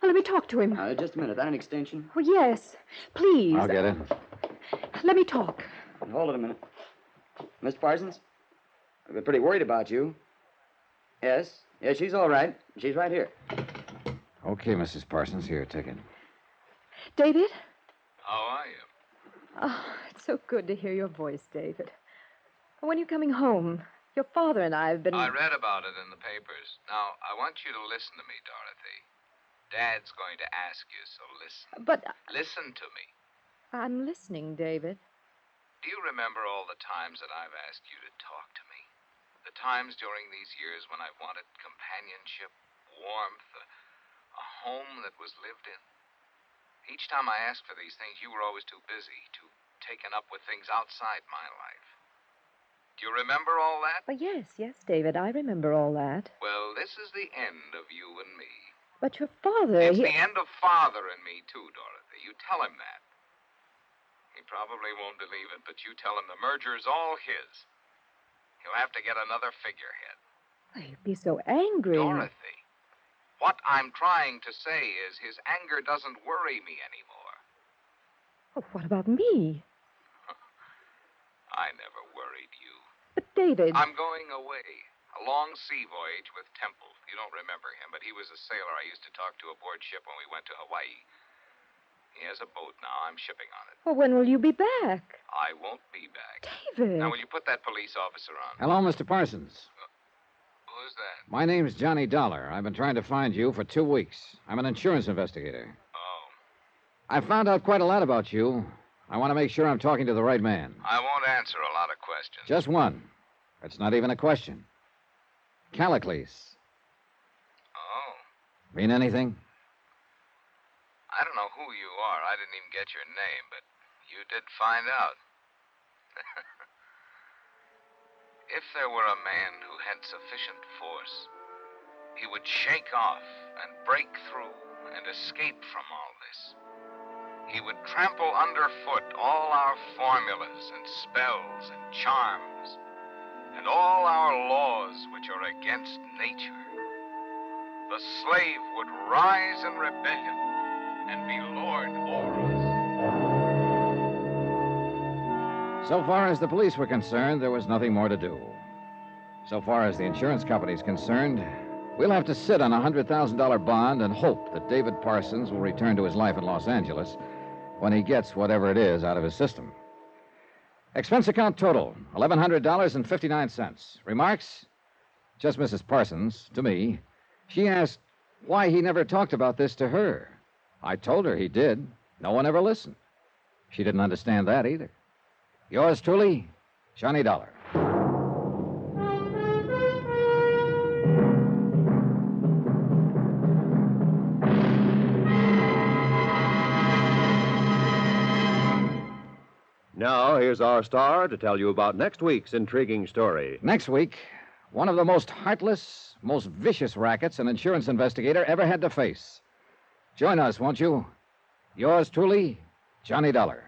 K: Well, let me talk to him.
N: Uh, just a minute. That an extension?
K: Oh, yes. Please.
A: I'll get it.
K: Let me talk.
N: Hold it a minute. Miss Parsons? I've been pretty worried about you. Yes. Yes, she's all right. She's right here.
A: Okay, Mrs. Parsons, here, take it.
K: David?
M: How are you?
K: Oh, it's so good to hear your voice, David. When are you coming home? Your father and I have been.
Q: I read about it in the papers. Now, I want you to listen to me, Dorothy. Dad's going to ask you, so listen.
K: But
Q: Listen to me.
K: I'm listening, David.
Q: Do you remember all the times that I've asked you to talk to me? The times during these years when I've wanted companionship, warmth, a, a home that was lived in? Each time I asked for these things, you were always too busy, too taken up with things outside my life. Do you remember all that?
K: Oh, yes, yes, David. I remember all that.
Q: Well, this is the end of you and me.
K: But your father.
Q: It's
K: he...
Q: the end of father and me, too, Dorothy. You tell him that. He probably won't believe it, but you tell him the merger is all his. He'll have to get another figurehead.
K: Why, you'd be so angry.
Q: Dorothy, what I'm trying to say is his anger doesn't worry me anymore.
K: Oh, what about me?
Q: I never worried you.
K: But, David.
Q: I'm going away. A long sea voyage with Temple. You don't remember him, but he was a sailor I used to talk to aboard ship when we went to Hawaii. He has a boat now. I'm shipping on it.
K: Well, when will you be back?
Q: I won't be back.
K: David.
Q: Now, will you put that police officer on?
A: Hello, Mr. Parsons.
Q: Who's that?
A: My name's Johnny Dollar. I've been trying to find you for two weeks. I'm an insurance investigator.
Q: Oh.
A: I found out quite a lot about you. I want to make sure I'm talking to the right man.
Q: I won't answer a lot of questions.
A: Just one. It's not even a question. Callicles.
Q: Oh.
A: Mean anything?
Q: I don't know who you are. I didn't even get your name, but you did find out. if there were a man who had sufficient force, he would shake off and break through and escape from all this. He would trample underfoot all our formulas and spells and charms and all our laws which are against nature. The slave would rise in rebellion and be lord over
A: So far as the police were concerned, there was nothing more to do. So far as the insurance company's concerned, we'll have to sit on a $100,000 bond and hope that David Parsons will return to his life in Los Angeles when he gets whatever it is out of his system. Expense account total $1,100.59. Remarks? Just Mrs. Parsons, to me. She asked why he never talked about this to her. I told her he did. No one ever listened. She didn't understand that either. Yours truly, Johnny Dollar.
E: Now, here's our star to tell you about next week's intriguing story.
A: Next week, one of the most heartless, most vicious rackets an insurance investigator ever had to face. Join us, won't you? Yours truly, Johnny Dollar.